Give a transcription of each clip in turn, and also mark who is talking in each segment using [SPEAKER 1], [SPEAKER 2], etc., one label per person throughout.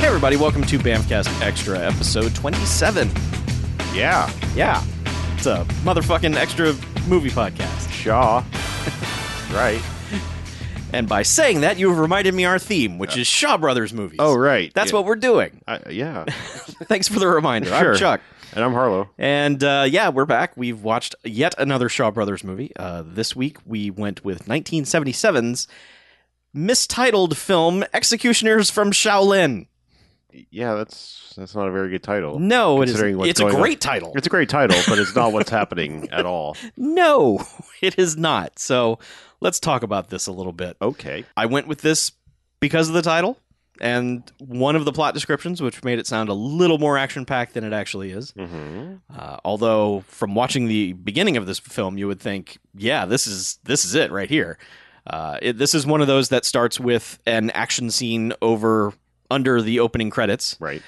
[SPEAKER 1] Hey, everybody, welcome to Bamcast Extra, episode 27.
[SPEAKER 2] Yeah,
[SPEAKER 1] Yeah, it's a motherfucking extra movie podcast.
[SPEAKER 2] Shaw. right.
[SPEAKER 1] And by saying that, you have reminded me our theme, which is Shaw Brothers movies.
[SPEAKER 2] Oh, right.
[SPEAKER 1] That's
[SPEAKER 2] Yeah.
[SPEAKER 1] what we're doing.
[SPEAKER 2] I, yeah.
[SPEAKER 1] Thanks for the reminder.
[SPEAKER 2] Sure.
[SPEAKER 1] I'm Chuck.
[SPEAKER 2] and I'm Harlow.
[SPEAKER 1] And uh, yeah, we're back. We've watched yet another Shaw Brothers movie. Uh, this week, we went with 1977's mistitled film Executioners from Shaolin.
[SPEAKER 2] Yeah, that's that's not a very good title.
[SPEAKER 1] No, it is.
[SPEAKER 2] Considering what's
[SPEAKER 1] It's a
[SPEAKER 2] going on.
[SPEAKER 1] great title.
[SPEAKER 2] It's a great title, but it's not what's happening at all.
[SPEAKER 1] No, it is not. So let's talk about this a little bit.
[SPEAKER 2] Okay.
[SPEAKER 1] I went with this because of the title and one of the plot descriptions, which made it sound a little more action packed than it actually is.
[SPEAKER 2] Mm-hmm.
[SPEAKER 1] Uh, although, from watching the beginning of this film, you would think, yeah, this is this is it right here. Uh, it, this is one of those that starts with an action scene over under the opening credits,
[SPEAKER 2] Right.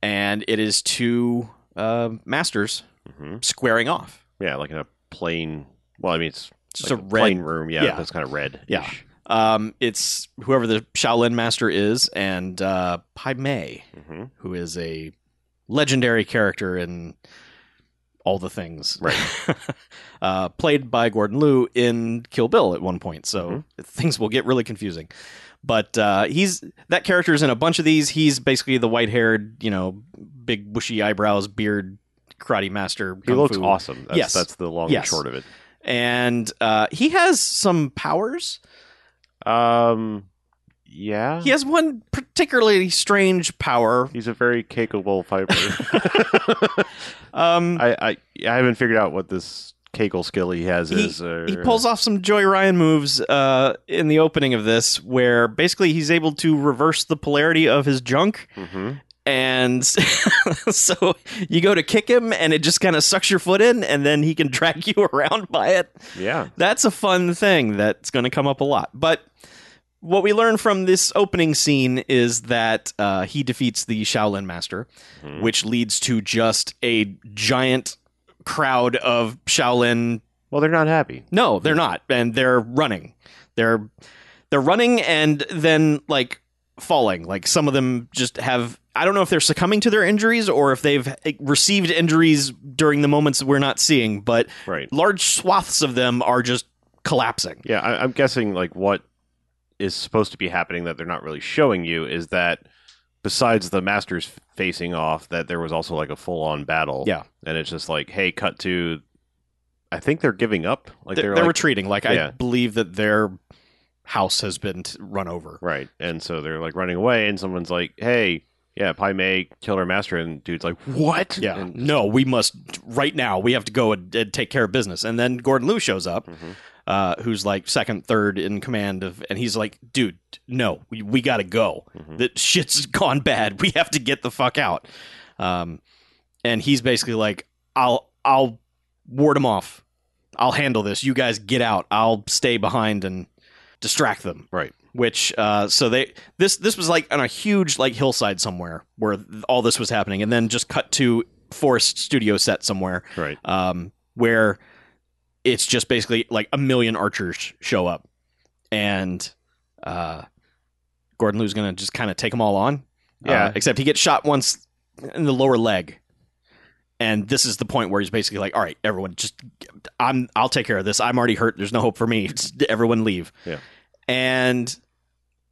[SPEAKER 1] and it is two uh, masters
[SPEAKER 2] Mm-hmm.
[SPEAKER 1] squaring off.
[SPEAKER 2] Yeah, like in a plain. Well, I mean, it's
[SPEAKER 1] Just
[SPEAKER 2] like
[SPEAKER 1] a red
[SPEAKER 2] plain room. Yeah,
[SPEAKER 1] yeah.
[SPEAKER 2] that's kind of red.
[SPEAKER 1] Yeah. Um, it's whoever the Shaolin master is, and uh, Pai Mei,
[SPEAKER 2] Mm-hmm.
[SPEAKER 1] who is a legendary character in all the things, right? uh, played by Gordon Liu in Kill Bill at one point, so
[SPEAKER 2] Mm-hmm.
[SPEAKER 1] things will get really confusing. But uh, he's that character is in a bunch of these. He's basically the white-haired, you know, big bushy eyebrows, beard, karate master.
[SPEAKER 2] He
[SPEAKER 1] kung
[SPEAKER 2] looks
[SPEAKER 1] fu.
[SPEAKER 2] awesome. That's,
[SPEAKER 1] Yes.
[SPEAKER 2] That's the long
[SPEAKER 1] Yes.
[SPEAKER 2] and short of it.
[SPEAKER 1] and uh, he has some powers.
[SPEAKER 2] Um, yeah.
[SPEAKER 1] He has one particularly strange power.
[SPEAKER 2] He's a very capable fighter.
[SPEAKER 1] Um,
[SPEAKER 2] I, I I haven't figured out what this cakel skill he has
[SPEAKER 1] He-
[SPEAKER 2] is. Or,
[SPEAKER 1] he pulls off some Joy Ryan moves uh, in the opening of this, where basically he's able to reverse the polarity of his junk,
[SPEAKER 2] Mhm.
[SPEAKER 1] and so you go to kick him, and it just kind of sucks your foot in, and then he can drag you around by it.
[SPEAKER 2] Yeah.
[SPEAKER 1] That's a fun thing that's going to come up a lot, but. What we learn from this opening scene is that uh, he defeats the Shaolin Master,
[SPEAKER 2] Mhm.
[SPEAKER 1] which leads to just a giant crowd of Shaolin.
[SPEAKER 2] Well, they're not happy.
[SPEAKER 1] No, they're not, and they're running. They're they're running and then like falling. Like some of them just have. I don't know if they're succumbing to their injuries or if they've eh, received injuries during the moments that we're not seeing, but
[SPEAKER 2] Right.
[SPEAKER 1] large swaths of them are just collapsing.
[SPEAKER 2] Yeah. I, I'm guessing like what is supposed to be happening that they're not really showing you is that besides the masters facing off, that there was also like a full on battle.
[SPEAKER 1] Yeah.
[SPEAKER 2] And it's just like, hey, cut to. I think they're giving up. Like
[SPEAKER 1] they're
[SPEAKER 2] they're,
[SPEAKER 1] they're
[SPEAKER 2] like,
[SPEAKER 1] retreating. Like I
[SPEAKER 2] Yeah.
[SPEAKER 1] believe that their house has been t- run over.
[SPEAKER 2] right, and so they're like running away, and someone's like, hey. Yeah, Pai Mei killed our master, and dude's like, "What?"
[SPEAKER 1] Yeah.
[SPEAKER 2] And-
[SPEAKER 1] no, we must right now. We have to go and, and take care of business. And then Gordon Liu shows up,
[SPEAKER 2] Mhm.
[SPEAKER 1] uh, who's like second, third in command of, and he's like, "Dude, no, we, we got to go.
[SPEAKER 2] Mhm.
[SPEAKER 1] That shit's gone bad. We have to get the fuck out." Um, and he's basically like, "I'll I'll ward them off. I'll handle this. You guys get out. I'll stay behind and distract them."
[SPEAKER 2] Right.
[SPEAKER 1] which uh, so they this this was like on a huge like hillside somewhere where th- all this was happening, and then just cut to forest studio set somewhere
[SPEAKER 2] Right.
[SPEAKER 1] um, where it's just basically like a million archers show up, and uh, Gordon Liu's gonna just kind of take them all on.
[SPEAKER 2] Yeah.
[SPEAKER 1] Uh, except he gets shot once in the lower leg. And this is the point where he's basically like, "All right, everyone, just I'm I'll take care of this. I'm already hurt. There's no hope for me. Just everyone leave."
[SPEAKER 2] Yeah.
[SPEAKER 1] And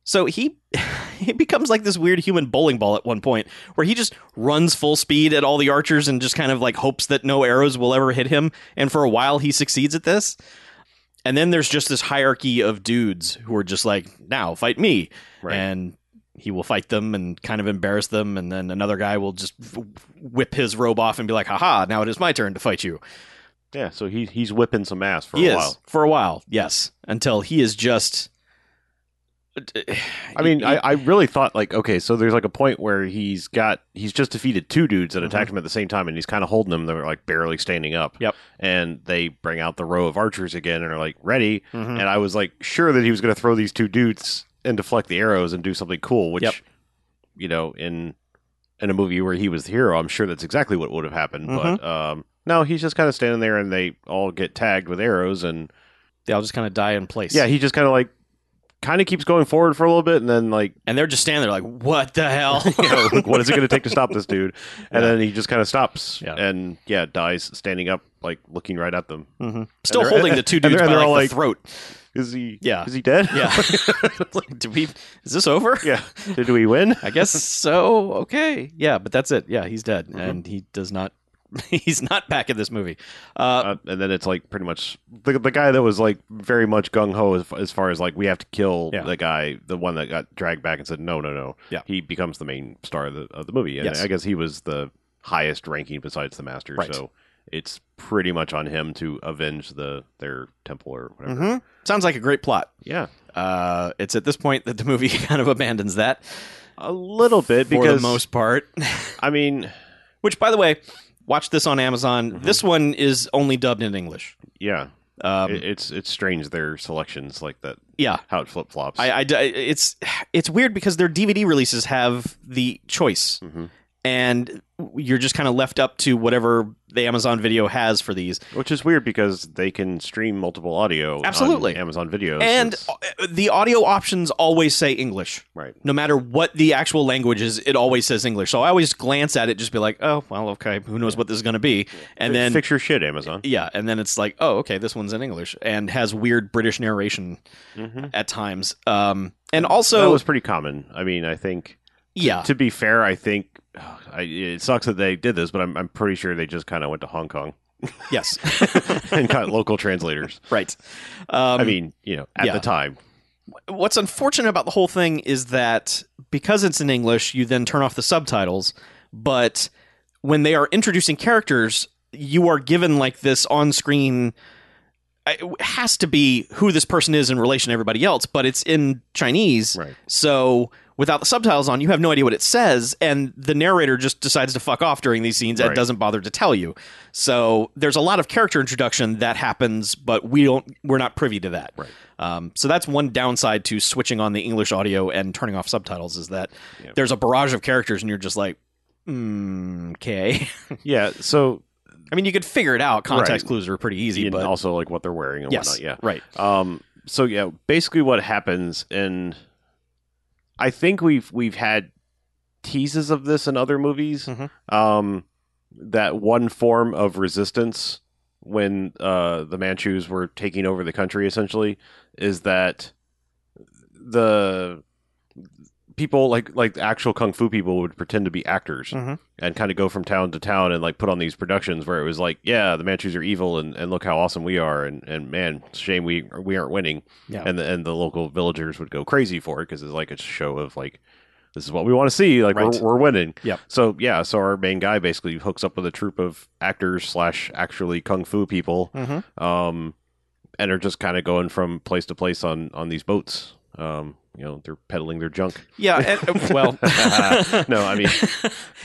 [SPEAKER 1] so he he becomes like this weird human bowling ball at one point where he just runs full speed at all the archers and just kind of like hopes that no arrows will ever hit him. And for a while he succeeds at this. And then there's just this hierarchy of dudes who are just like, "Now fight me."
[SPEAKER 2] Right.
[SPEAKER 1] and he will fight them and kind of embarrass them and then another guy will just wh- whip his robe off and be like haha now it is my turn to fight you
[SPEAKER 2] Yeah, so he he's whipping some ass for
[SPEAKER 1] he
[SPEAKER 2] a
[SPEAKER 1] is
[SPEAKER 2] while.
[SPEAKER 1] for a while yes until he is just
[SPEAKER 2] I mean, I, I really thought like, okay, so there's like a point where he's got he's just defeated two dudes that attacked him at the same time, and he's kind of holding them. They're like barely standing up.
[SPEAKER 1] Mm-hmm. Yep.
[SPEAKER 2] And they bring out the row of archers again and are like ready.
[SPEAKER 1] Mhm.
[SPEAKER 2] And I was like sure that he was going to throw these two dudes and deflect the arrows and do something cool, which
[SPEAKER 1] Yep.
[SPEAKER 2] you know in in a movie where he was the hero, I'm sure that's exactly what would have happened. But
[SPEAKER 1] Mm-hmm.
[SPEAKER 2] um, no, he's just kind of standing there, and they all get tagged with arrows and.
[SPEAKER 1] they all just kind of die in place.
[SPEAKER 2] Yeah, he just kind of like kind of keeps going forward for a little bit, and then like,
[SPEAKER 1] and they're just standing there like, what the hell?
[SPEAKER 2] you know, like, what is it going to take to stop this dude? And
[SPEAKER 1] Yeah.
[SPEAKER 2] then he just kind of stops
[SPEAKER 1] Yeah.
[SPEAKER 2] and yeah, dies standing up, like looking right at them.
[SPEAKER 1] Mhm. Still
[SPEAKER 2] they're-
[SPEAKER 1] holding the two
[SPEAKER 2] Mm-hmm. and they're-
[SPEAKER 1] dudes by
[SPEAKER 2] and they're
[SPEAKER 1] like,
[SPEAKER 2] all
[SPEAKER 1] the
[SPEAKER 2] like-
[SPEAKER 1] throat.
[SPEAKER 2] Is he?
[SPEAKER 1] Yeah.
[SPEAKER 2] Is he dead?
[SPEAKER 1] Yeah. Like, Did we? Is this over?
[SPEAKER 2] yeah. Did we win?
[SPEAKER 1] I guess so. Okay. Yeah, but that's it. Yeah, he's dead,
[SPEAKER 2] Mm-hmm.
[SPEAKER 1] and he does not. He's not back in this movie. Uh,
[SPEAKER 2] Uh, and then it's like pretty much the, the guy that was like very much gung ho as, as far as like we have to kill
[SPEAKER 1] Yeah.
[SPEAKER 2] the guy, the one that got dragged back and said no, no, no.
[SPEAKER 1] Yeah.
[SPEAKER 2] he becomes the main star of the, of the movie, and
[SPEAKER 1] Yes.
[SPEAKER 2] I guess he was the highest ranking besides the master.
[SPEAKER 1] Right.
[SPEAKER 2] So it's pretty much on him to avenge the their temple or whatever.
[SPEAKER 1] mhm. Sounds like a great plot.
[SPEAKER 2] Yeah,
[SPEAKER 1] Uh, it's at this point that the movie kind of abandons that
[SPEAKER 2] a little bit
[SPEAKER 1] for
[SPEAKER 2] because
[SPEAKER 1] the most part.
[SPEAKER 2] I mean,
[SPEAKER 1] Which, by the way, watch this on Amazon.
[SPEAKER 2] Mhm.
[SPEAKER 1] This one is only dubbed in English.
[SPEAKER 2] yeah,
[SPEAKER 1] Um,
[SPEAKER 2] it, it's it's strange their selections like that
[SPEAKER 1] yeah,
[SPEAKER 2] how it flip flops.
[SPEAKER 1] I, I d- it's it's weird because their DVD releases have the choice,
[SPEAKER 2] Mhm.
[SPEAKER 1] and you're just kind of left up to whatever the Amazon Video has for these.
[SPEAKER 2] Which is weird because they can stream multiple audio on
[SPEAKER 1] Absolutely.
[SPEAKER 2] Amazon videos
[SPEAKER 1] and
[SPEAKER 2] It's-
[SPEAKER 1] uh, the audio options always say English.
[SPEAKER 2] right.
[SPEAKER 1] No matter what the actual language is, it always says English. So I always glance at it, just be like, "Oh, well, okay. Who knows what this is going to be?" And then,
[SPEAKER 2] fix your shit, Amazon.
[SPEAKER 1] yeah, and then it's like, "Oh, okay, this one's in English and has weird British narration
[SPEAKER 2] Mm-hmm.
[SPEAKER 1] at times." Um, and
[SPEAKER 2] that
[SPEAKER 1] also,
[SPEAKER 2] was pretty common. I mean, I think
[SPEAKER 1] yeah,
[SPEAKER 2] to be fair, I think I, it sucks that they did this, but I'm, I'm pretty sure they just kind of went to Hong Kong
[SPEAKER 1] yes,
[SPEAKER 2] and got local translators.
[SPEAKER 1] right. Um,
[SPEAKER 2] I mean, you know, at
[SPEAKER 1] yeah.
[SPEAKER 2] the time,
[SPEAKER 1] what's unfortunate about the whole thing is that because it's in English, you then turn off the subtitles, but when they are introducing characters, you are given like this on screen. It has to be who this person is in relation to everybody else, but it's in Chinese.
[SPEAKER 2] right?
[SPEAKER 1] So without the subtitles on, you have no idea what it says, and the narrator just decides to fuck off during these scenes and
[SPEAKER 2] Right.
[SPEAKER 1] doesn't bother to tell you. So there's a lot of character introduction that happens, but we don't we're not privy to that.
[SPEAKER 2] Right.
[SPEAKER 1] Um, so that's one downside to switching on the English audio and turning off subtitles is that
[SPEAKER 2] Yeah.
[SPEAKER 1] there's a barrage of characters, and you're just like, "Mm, okay.
[SPEAKER 2] Yeah. So
[SPEAKER 1] I mean, you could figure it out. Context
[SPEAKER 2] Right.
[SPEAKER 1] clues are pretty easy,
[SPEAKER 2] and
[SPEAKER 1] but
[SPEAKER 2] also like what they're wearing and
[SPEAKER 1] yes,
[SPEAKER 2] whatnot. Yeah.
[SPEAKER 1] right.
[SPEAKER 2] Um. So yeah, basically what happens, and I think we've we've had teases of this in other movies.
[SPEAKER 1] Mhm.
[SPEAKER 2] Um, that one form of resistance when uh, the Manchus were taking over the country, essentially, is that the people like like the actual kung fu people would pretend to be actors
[SPEAKER 1] Mhm.
[SPEAKER 2] and kind of go from town to town and like put on these productions where it was like yeah the manchus are evil and, and look how awesome we are and, and man shame we we aren't winning
[SPEAKER 1] Yeah.
[SPEAKER 2] and the, and the local villagers would go crazy for it because it's like a show of like this is what we want to see like
[SPEAKER 1] Right.
[SPEAKER 2] we're, we're winning
[SPEAKER 1] Yep.
[SPEAKER 2] so yeah so our main guy basically hooks up with a troop of actors slash actually kung fu people
[SPEAKER 1] Mhm.
[SPEAKER 2] um, and are just kind of going from place to place on on these boats. Um, you know, they're peddling their junk.
[SPEAKER 1] Yeah. and- well,
[SPEAKER 2] no, I mean,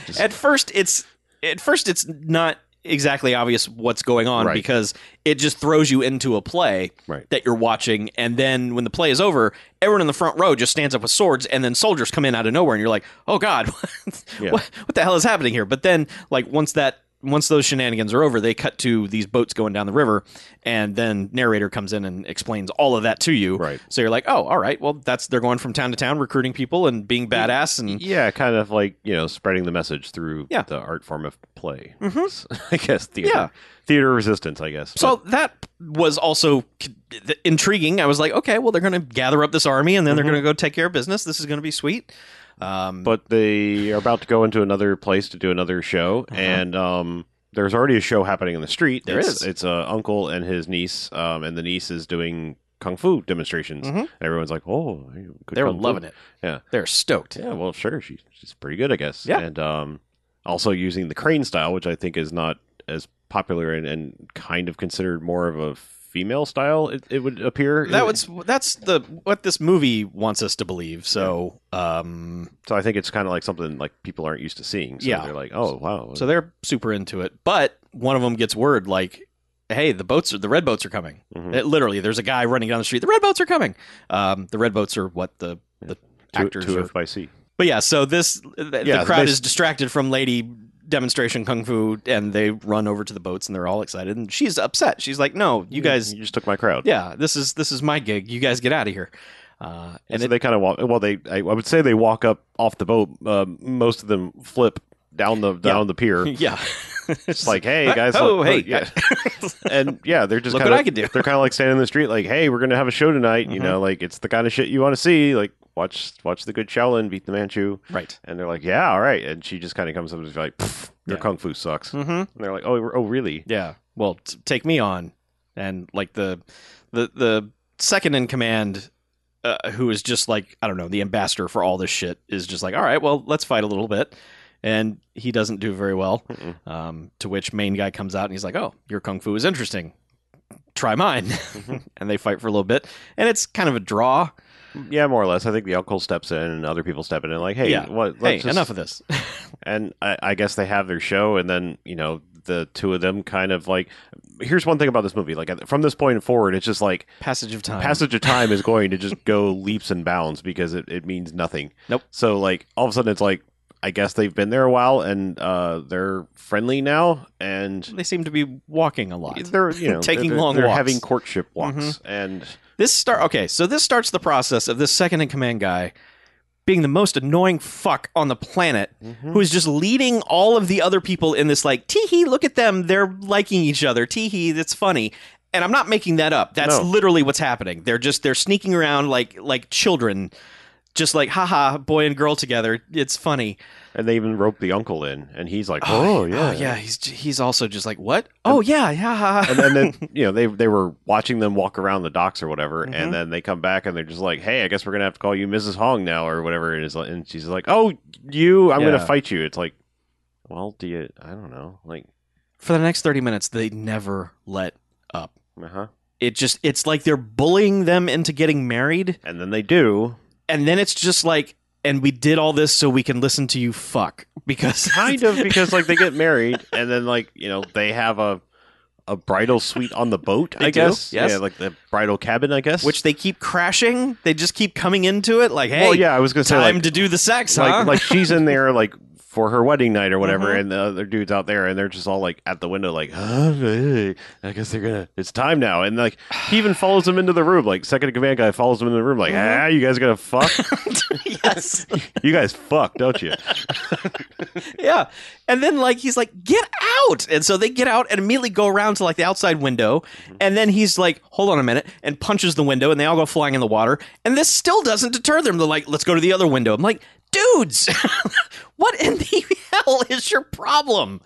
[SPEAKER 2] just-
[SPEAKER 1] at first it's at first it's not exactly obvious what's going on
[SPEAKER 2] Right.
[SPEAKER 1] because it just throws you into a play
[SPEAKER 2] Right.
[SPEAKER 1] that you're watching and then when the play is over everyone in the front row just stands up with swords and then soldiers come in out of nowhere and you're like oh god what,
[SPEAKER 2] Yeah.
[SPEAKER 1] what, what the hell is happening here but then like once that once those shenanigans are over they cut to these boats going down the river and then narrator comes in and explains all of that to you
[SPEAKER 2] Right.
[SPEAKER 1] so you're like oh all right well that's they're going from town to town recruiting people and being badass and
[SPEAKER 2] yeah, kind of like you know, spreading the message through
[SPEAKER 1] Mm-hmm. Yeah.
[SPEAKER 2] the art form of play.
[SPEAKER 1] Mhm.
[SPEAKER 2] S- I guess theater,
[SPEAKER 1] Yeah.
[SPEAKER 2] theater resistance. I guess.
[SPEAKER 1] So that was also c- th- intriguing. I was like, okay, well, they're going to gather up this army and then they're
[SPEAKER 2] Mhm.
[SPEAKER 1] going to go take care of business. This is going to be sweet. Um,
[SPEAKER 2] but they are about to go into another place to do another show,
[SPEAKER 1] Uh-huh.
[SPEAKER 2] and um, there's already a show happening in the street.
[SPEAKER 1] There
[SPEAKER 2] it's,
[SPEAKER 1] is.
[SPEAKER 2] It's a uncle and his niece, um, and the niece is doing kung fu demonstrations.
[SPEAKER 1] Mhm.
[SPEAKER 2] And everyone's like, "Oh, good
[SPEAKER 1] they're
[SPEAKER 2] kung fu."
[SPEAKER 1] loving it.
[SPEAKER 2] Yeah.
[SPEAKER 1] They're stoked.
[SPEAKER 2] Yeah, well, sure. She, she's pretty good, I guess.
[SPEAKER 1] Yeah.
[SPEAKER 2] And um, also using the crane style, which I think is not as popular and, and kind of considered more of a female style. It, it would appear
[SPEAKER 1] That was that's the what this movie wants us to believe. So, um,
[SPEAKER 2] So I think it's kind of like something like people aren't used to seeing. So
[SPEAKER 1] Yeah.
[SPEAKER 2] they're like, oh wow.
[SPEAKER 1] so they're super into it. But one of them gets word like, "Hey, the boats are the red boats are coming."
[SPEAKER 2] Mhm.
[SPEAKER 1] It- Uh, literally, there's a guy running down the street. The red boats are coming. Um, the red boats are what the the
[SPEAKER 2] Two-
[SPEAKER 1] actors
[SPEAKER 2] two
[SPEAKER 1] are.
[SPEAKER 2] of by sea.
[SPEAKER 1] But yeah, so this the,
[SPEAKER 2] Yeah,
[SPEAKER 1] the crowd
[SPEAKER 2] they-
[SPEAKER 1] is distracted from Lady Demonstration Kung Fu, and they run over to the boats, and they're all excited, and she's upset. She's like, "No, you guys,
[SPEAKER 2] you just took my crowd.
[SPEAKER 1] yeah, this is this is my gig. You guys get out of here." Uh,
[SPEAKER 2] And
[SPEAKER 1] and
[SPEAKER 2] so
[SPEAKER 1] it,
[SPEAKER 2] they kind of walk. Well, they I, I would say they walk up off the boat. Um, most of them flip down the down the pier.
[SPEAKER 1] yeah,
[SPEAKER 2] It's like, hey guys,
[SPEAKER 1] oh
[SPEAKER 2] look-
[SPEAKER 1] hey,
[SPEAKER 2] look," yeah. and yeah, they're just
[SPEAKER 1] Look
[SPEAKER 2] kinda,
[SPEAKER 1] what I can do. Mm-hmm.
[SPEAKER 2] They're kind of like standing in the street, like, hey, we're gonna have a show tonight. You know, like it's the kind of shit you want to see. Like watch watch the good Shaolin beat the Manchu.
[SPEAKER 1] right.
[SPEAKER 2] And they're like, yeah, all right. And she just kind of comes up and is like, "Pfft, your
[SPEAKER 1] Yeah.
[SPEAKER 2] kung fu sucks.
[SPEAKER 1] Mm-hmm.
[SPEAKER 2] And they're like, oh, oh really?
[SPEAKER 1] Yeah. Well, t- take me on, and like the the the second in command, uh, who is just like I don't know the ambassador for all this shit is just like all right, well let's fight a little bit, and he doesn't do very well.
[SPEAKER 2] Mm-mm.
[SPEAKER 1] Um, to which main guy comes out and he's like, oh, your kung fu is interesting. Try mine,
[SPEAKER 2] Mm-hmm.
[SPEAKER 1] and they fight for a little bit, and it's kind of a draw.
[SPEAKER 2] Yeah, more or less. I think the uncle steps in and other people step in and like, hey,
[SPEAKER 1] Yeah.
[SPEAKER 2] what?
[SPEAKER 1] Hey,
[SPEAKER 2] let's just-
[SPEAKER 1] enough of this.
[SPEAKER 2] And I, I guess they have their show, and then you know the two of them kind of like. Here's one thing about this movie: like at- from this point forward, it's just like
[SPEAKER 1] Passage of time.
[SPEAKER 2] passage of time is going to just go leaps and bounds because it, it means nothing.
[SPEAKER 1] Nope.
[SPEAKER 2] So like all of a sudden, it's like I guess they've been there a while and uh, they're friendly now, and
[SPEAKER 1] they seem to be walking a lot.
[SPEAKER 2] they're you know
[SPEAKER 1] Taking
[SPEAKER 2] they're,
[SPEAKER 1] long
[SPEAKER 2] they're
[SPEAKER 1] walks.
[SPEAKER 2] having courtship walks, and
[SPEAKER 1] This start okay, so this starts the process of this second in command guy being the most annoying fuck on the planet
[SPEAKER 2] Mm-hmm.
[SPEAKER 1] who is just leading all of the other people in this like tee hee, look at them, they're liking each other. Tee hee, that's funny. And I'm not making that up. That's
[SPEAKER 2] No.
[SPEAKER 1] literally what's happening. They're just they're sneaking around like like children, just like haha, boy and girl together. It's funny.
[SPEAKER 2] and they even rope the uncle in, and he's like, oh, yeah,
[SPEAKER 1] yeah. He's j- he's also just like what? Oh yeah, yeah. ha, ha."
[SPEAKER 2] and then, then you know they they were watching them walk around the docks or whatever,
[SPEAKER 1] Mhm.
[SPEAKER 2] and then they come back and they're just like, "Hey, I guess we're gonna have to call you Mrs. Hong now or whatever." It is, like- and she's like, "Oh, you? I'm
[SPEAKER 1] Yeah.
[SPEAKER 2] gonna fight you." It's like, well, do you? I don't know. Like,
[SPEAKER 1] For the next thirty minutes, they never let up.
[SPEAKER 2] uh huh.
[SPEAKER 1] it just it's like they're bullying them into getting married
[SPEAKER 2] And then they do
[SPEAKER 1] and then it's just like and we did all this so we can listen to you fuck because
[SPEAKER 2] kind of because like they get married, and then like you know they have a a bridal suite on the boat.
[SPEAKER 1] They
[SPEAKER 2] I
[SPEAKER 1] do,
[SPEAKER 2] guess.
[SPEAKER 1] yes.
[SPEAKER 2] Yeah, like the bridal cabin. I guess.
[SPEAKER 1] which they keep crashing they just keep coming into it like hey
[SPEAKER 2] well, yeah, I was gonna say
[SPEAKER 1] time
[SPEAKER 2] like,
[SPEAKER 1] to do the sex
[SPEAKER 2] like,
[SPEAKER 1] huh
[SPEAKER 2] like she's in there like for her wedding night or whatever
[SPEAKER 1] Mhm.
[SPEAKER 2] and the other dudes out there and they're just all like at the window like "Huh, eh, i guess they're gonna it's time now and like he even follows him into the room like second in command guy follows him into the room like
[SPEAKER 1] Mhm.
[SPEAKER 2] ah you guys gonna fuck
[SPEAKER 1] yes
[SPEAKER 2] you guys fuck don't you
[SPEAKER 1] yeah and then like he's like get out and so they get out and immediately go around to like the outside window and then he's like hold on a minute and punches the window and they all go flying in the water and this still doesn't deter them they're like let's go to the other window i'm like dudes what in the hell is your problem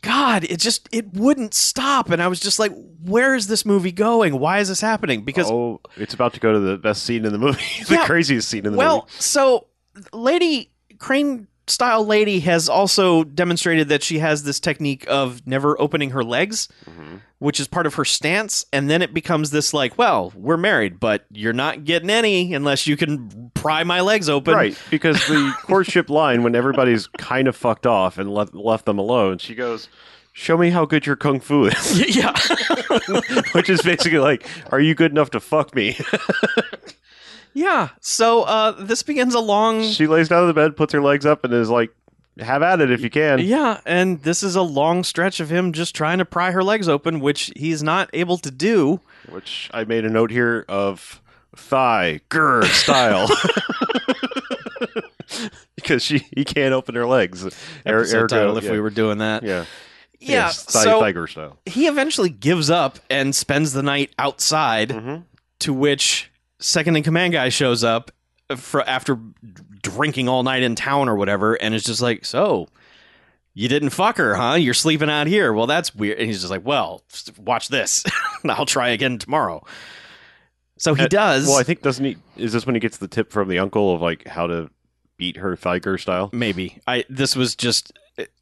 [SPEAKER 1] god it just it wouldn't stop and i was just like where is this movie going why is this happening because
[SPEAKER 2] oh it's about to go to the best scene in the movie the
[SPEAKER 1] Yeah.
[SPEAKER 2] craziest scene in the
[SPEAKER 1] well, so Lady Crane style lady has also demonstrated that she has this technique of never opening her legs,
[SPEAKER 2] movie Mhm.
[SPEAKER 1] which is part of her stance, and then it becomes this like, well, we're married, but you're not getting any unless you can pry my legs open.
[SPEAKER 2] right because the courtship line when everybody's kind of fucked off and left, left them alone she goes show me how good your kung fu is
[SPEAKER 1] Y- Yeah.
[SPEAKER 2] which is basically like, are you good enough to fuck me?
[SPEAKER 1] yeah. So uh this begins a long
[SPEAKER 2] she lays down on the bed, puts her legs up, and is like, have at it if you can.
[SPEAKER 1] Yeah, and this is a long stretch of him just trying to pry her legs open, which he's not able to do.
[SPEAKER 2] Which I made a note here of thigh grr style. Because she he can't open her legs. Er-
[SPEAKER 1] Episode
[SPEAKER 2] ergo-
[SPEAKER 1] title if
[SPEAKER 2] yeah.
[SPEAKER 1] we were doing that.
[SPEAKER 2] yeah,
[SPEAKER 1] Yeah,
[SPEAKER 2] Yes, thigh,
[SPEAKER 1] so
[SPEAKER 2] thigh grr style.
[SPEAKER 1] he eventually gives up and spends the night outside
[SPEAKER 2] Mhm.
[SPEAKER 1] to which second in command guy shows up for after drinking all night in town or whatever and is just like so you didn't fuck her huh you're sleeping out here well that's weird and he's just like well s- watch this i'll try again tomorrow so he
[SPEAKER 2] Uh,
[SPEAKER 1] does
[SPEAKER 2] Well, I think doesn't he? Is this when he gets the tip from the uncle of like how to beat her thigh grr style?
[SPEAKER 1] maybe i this was just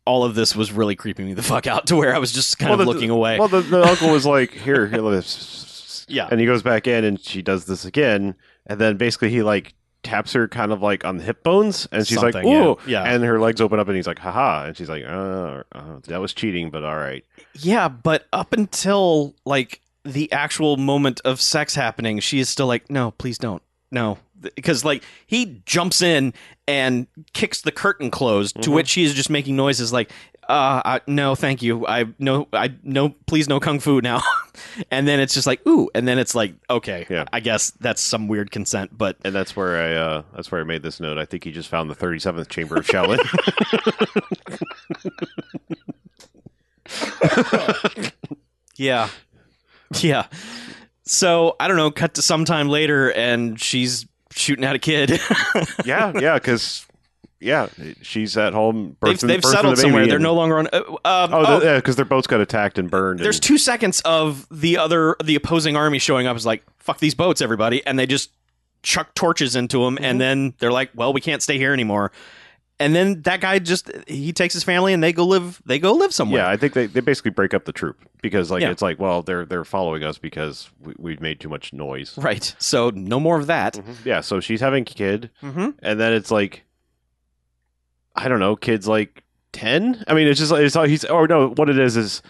[SPEAKER 1] all of this was really creeping me the fuck out to where I was just kind
[SPEAKER 2] Well,
[SPEAKER 1] of
[SPEAKER 2] the-
[SPEAKER 1] looking away.
[SPEAKER 2] Well, the, the uncle was like, "Here, here, let us."
[SPEAKER 1] Yeah.
[SPEAKER 2] and he goes back in, and she does this again, and then basically he like taps her kind of like on the hip bones, and she's like,
[SPEAKER 1] Something, yeah.
[SPEAKER 2] "Ooh!"
[SPEAKER 1] Yeah.
[SPEAKER 2] and her legs open up, and he's like, "Haha!" and she's like, uh, uh, "That was cheating, but all right."
[SPEAKER 1] yeah, but up until like the actual moment of sex happening, she is still like, "No, please don't." No, because like he jumps in and kicks the curtain closed, to
[SPEAKER 2] Mhm.
[SPEAKER 1] which she is just making noises like, "Uh, I, no, thank you. I no, I no, please no kung fu now." and then it's just like, "Ooh," and then it's like, "Okay,
[SPEAKER 2] Yeah.
[SPEAKER 1] I guess that's some weird consent." But
[SPEAKER 2] And that's where I uh, that's where I made this note. I think he just found the thirty seventh chamber of Shaolin.
[SPEAKER 1] Yeah. Yeah. So, I don't know, cut to sometime later and she's shooting at a kid.
[SPEAKER 2] yeah, yeah, because yeah, she's at home.
[SPEAKER 1] they've
[SPEAKER 2] birthing-
[SPEAKER 1] they've
[SPEAKER 2] birthing the
[SPEAKER 1] settled
[SPEAKER 2] baby
[SPEAKER 1] somewhere. They're
[SPEAKER 2] and-
[SPEAKER 1] no longer on. Uh, um,
[SPEAKER 2] Oh,
[SPEAKER 1] oh,
[SPEAKER 2] because their boats got attacked and burned.
[SPEAKER 1] there's
[SPEAKER 2] and-
[SPEAKER 1] two seconds of the other, the opposing army showing up. Is like, fuck these boats, everybody. And they just chuck torches into them.
[SPEAKER 2] Mm-hmm.
[SPEAKER 1] And then they're like, well, we can't stay here anymore. And then that guy just, he takes his family and they go live, they go live somewhere.
[SPEAKER 2] Yeah, I think they, they basically break up the troop because like
[SPEAKER 1] Yeah.
[SPEAKER 2] it's like well they're they're following us because we, we've made too much noise.
[SPEAKER 1] Right. So, no more of that.
[SPEAKER 2] Yeah, so she's having a kid,
[SPEAKER 1] Mm-hmm.
[SPEAKER 2] and then it's like I don't know, kids like ten. I mean, it's just like it's all he's or no, what it is is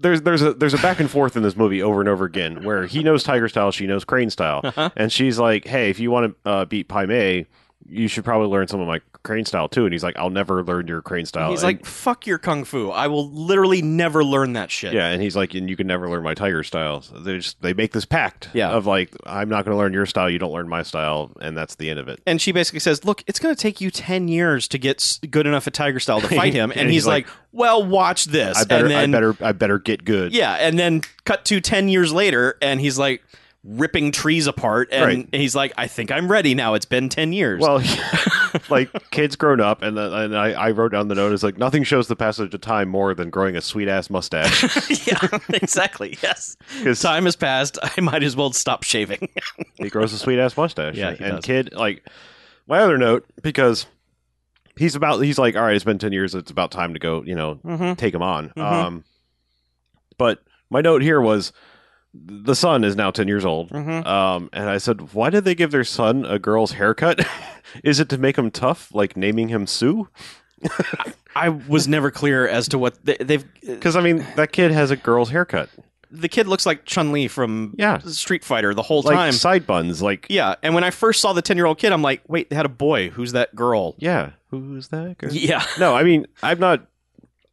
[SPEAKER 2] there's there's a there's a back and forth in this movie over and over again where he knows Tiger style, she knows Crane style,
[SPEAKER 1] Uh-huh.
[SPEAKER 2] and she's like, hey, if you want to uh, beat Pai Mei, you should probably learn some of my Crane style too. And he's like, I'll never learn your Crane style.
[SPEAKER 1] He's
[SPEAKER 2] And-
[SPEAKER 1] like, fuck your kung fu. I will literally never learn that shit.
[SPEAKER 2] Yeah, and he's like, and you can never learn my tiger style. So They just they make this pact
[SPEAKER 1] Yeah.
[SPEAKER 2] of like, I'm not going to learn your style. You don't learn my style, and that's the end of it.
[SPEAKER 1] and she basically says, "Look, it's going to take you ten years to get s- good enough at Tiger Style to fight him." And, he's, like, "Well, watch this."
[SPEAKER 2] I better,
[SPEAKER 1] and then,
[SPEAKER 2] I better, I better get good.
[SPEAKER 1] yeah. And then cut to ten years later, and he's like ripping trees apart, and
[SPEAKER 2] Right.
[SPEAKER 1] he's like, "I think I'm ready now. It's been ten years."
[SPEAKER 2] Well, like kids grown up, and then- and I, I wrote down the note is like nothing shows the passage of time more than growing a sweet ass mustache.
[SPEAKER 1] yeah, exactly. Yes,
[SPEAKER 2] 'Cause-
[SPEAKER 1] time has passed. I might as well stop shaving.
[SPEAKER 2] he grows a sweet ass mustache.
[SPEAKER 1] Yeah, he
[SPEAKER 2] and
[SPEAKER 1] does.
[SPEAKER 2] kid, like my other note because he's about he's like, all right, it's been ten years. It's about time to go. You know,
[SPEAKER 1] mm-hmm.
[SPEAKER 2] take him on.
[SPEAKER 1] Mhm.
[SPEAKER 2] Um, but my note here was the son is now 10 years old.
[SPEAKER 1] Mm-hmm.
[SPEAKER 2] Um, and I said, why did they give their son a girl's haircut? is it to make him tough, like naming him Sue?
[SPEAKER 1] I was never clear as to what they, they've.
[SPEAKER 2] Because, I mean, that kid has a girl's haircut.
[SPEAKER 1] The kid looks like Chun Li from
[SPEAKER 2] Yeah.
[SPEAKER 1] Street Fighter the whole
[SPEAKER 2] Like
[SPEAKER 1] time.
[SPEAKER 2] side buns. Like, yeah.
[SPEAKER 1] Yeah, and when I first saw the ten-year-old kid, I'm like, wait, they had a boy. Who's that girl?
[SPEAKER 2] Who's that girl?
[SPEAKER 1] Yeah,
[SPEAKER 2] No, I mean, I'm not.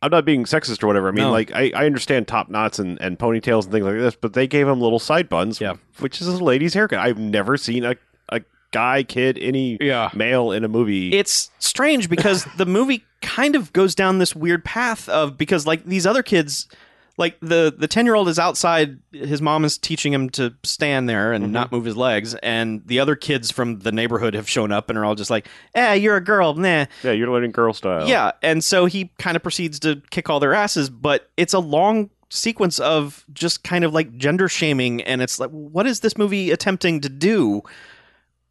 [SPEAKER 2] I'm not being sexist or whatever. I mean,
[SPEAKER 1] No.
[SPEAKER 2] like, I, I understand top knots and, and ponytails and things like this, but they gave him little side buns,
[SPEAKER 1] Yeah.
[SPEAKER 2] which is a lady's haircut. I've never seen a, a guy, kid, any
[SPEAKER 1] yeah.
[SPEAKER 2] male in a movie.
[SPEAKER 1] It's strange because the movie kind of goes down this weird path of because like these other kids, like the the ten-year-old is outside. His mom is teaching him to stand there and
[SPEAKER 2] Mhm.
[SPEAKER 1] not move his legs, and the other kids from the neighborhood have shown up and are all just like, "Eh, you're a girl, nah."
[SPEAKER 2] yeah, you're learning girl style.
[SPEAKER 1] Yeah, and so he kind of proceeds to kick all their asses, but it's a long sequence of just kind of like gender shaming, and it's like, what is this movie attempting to do?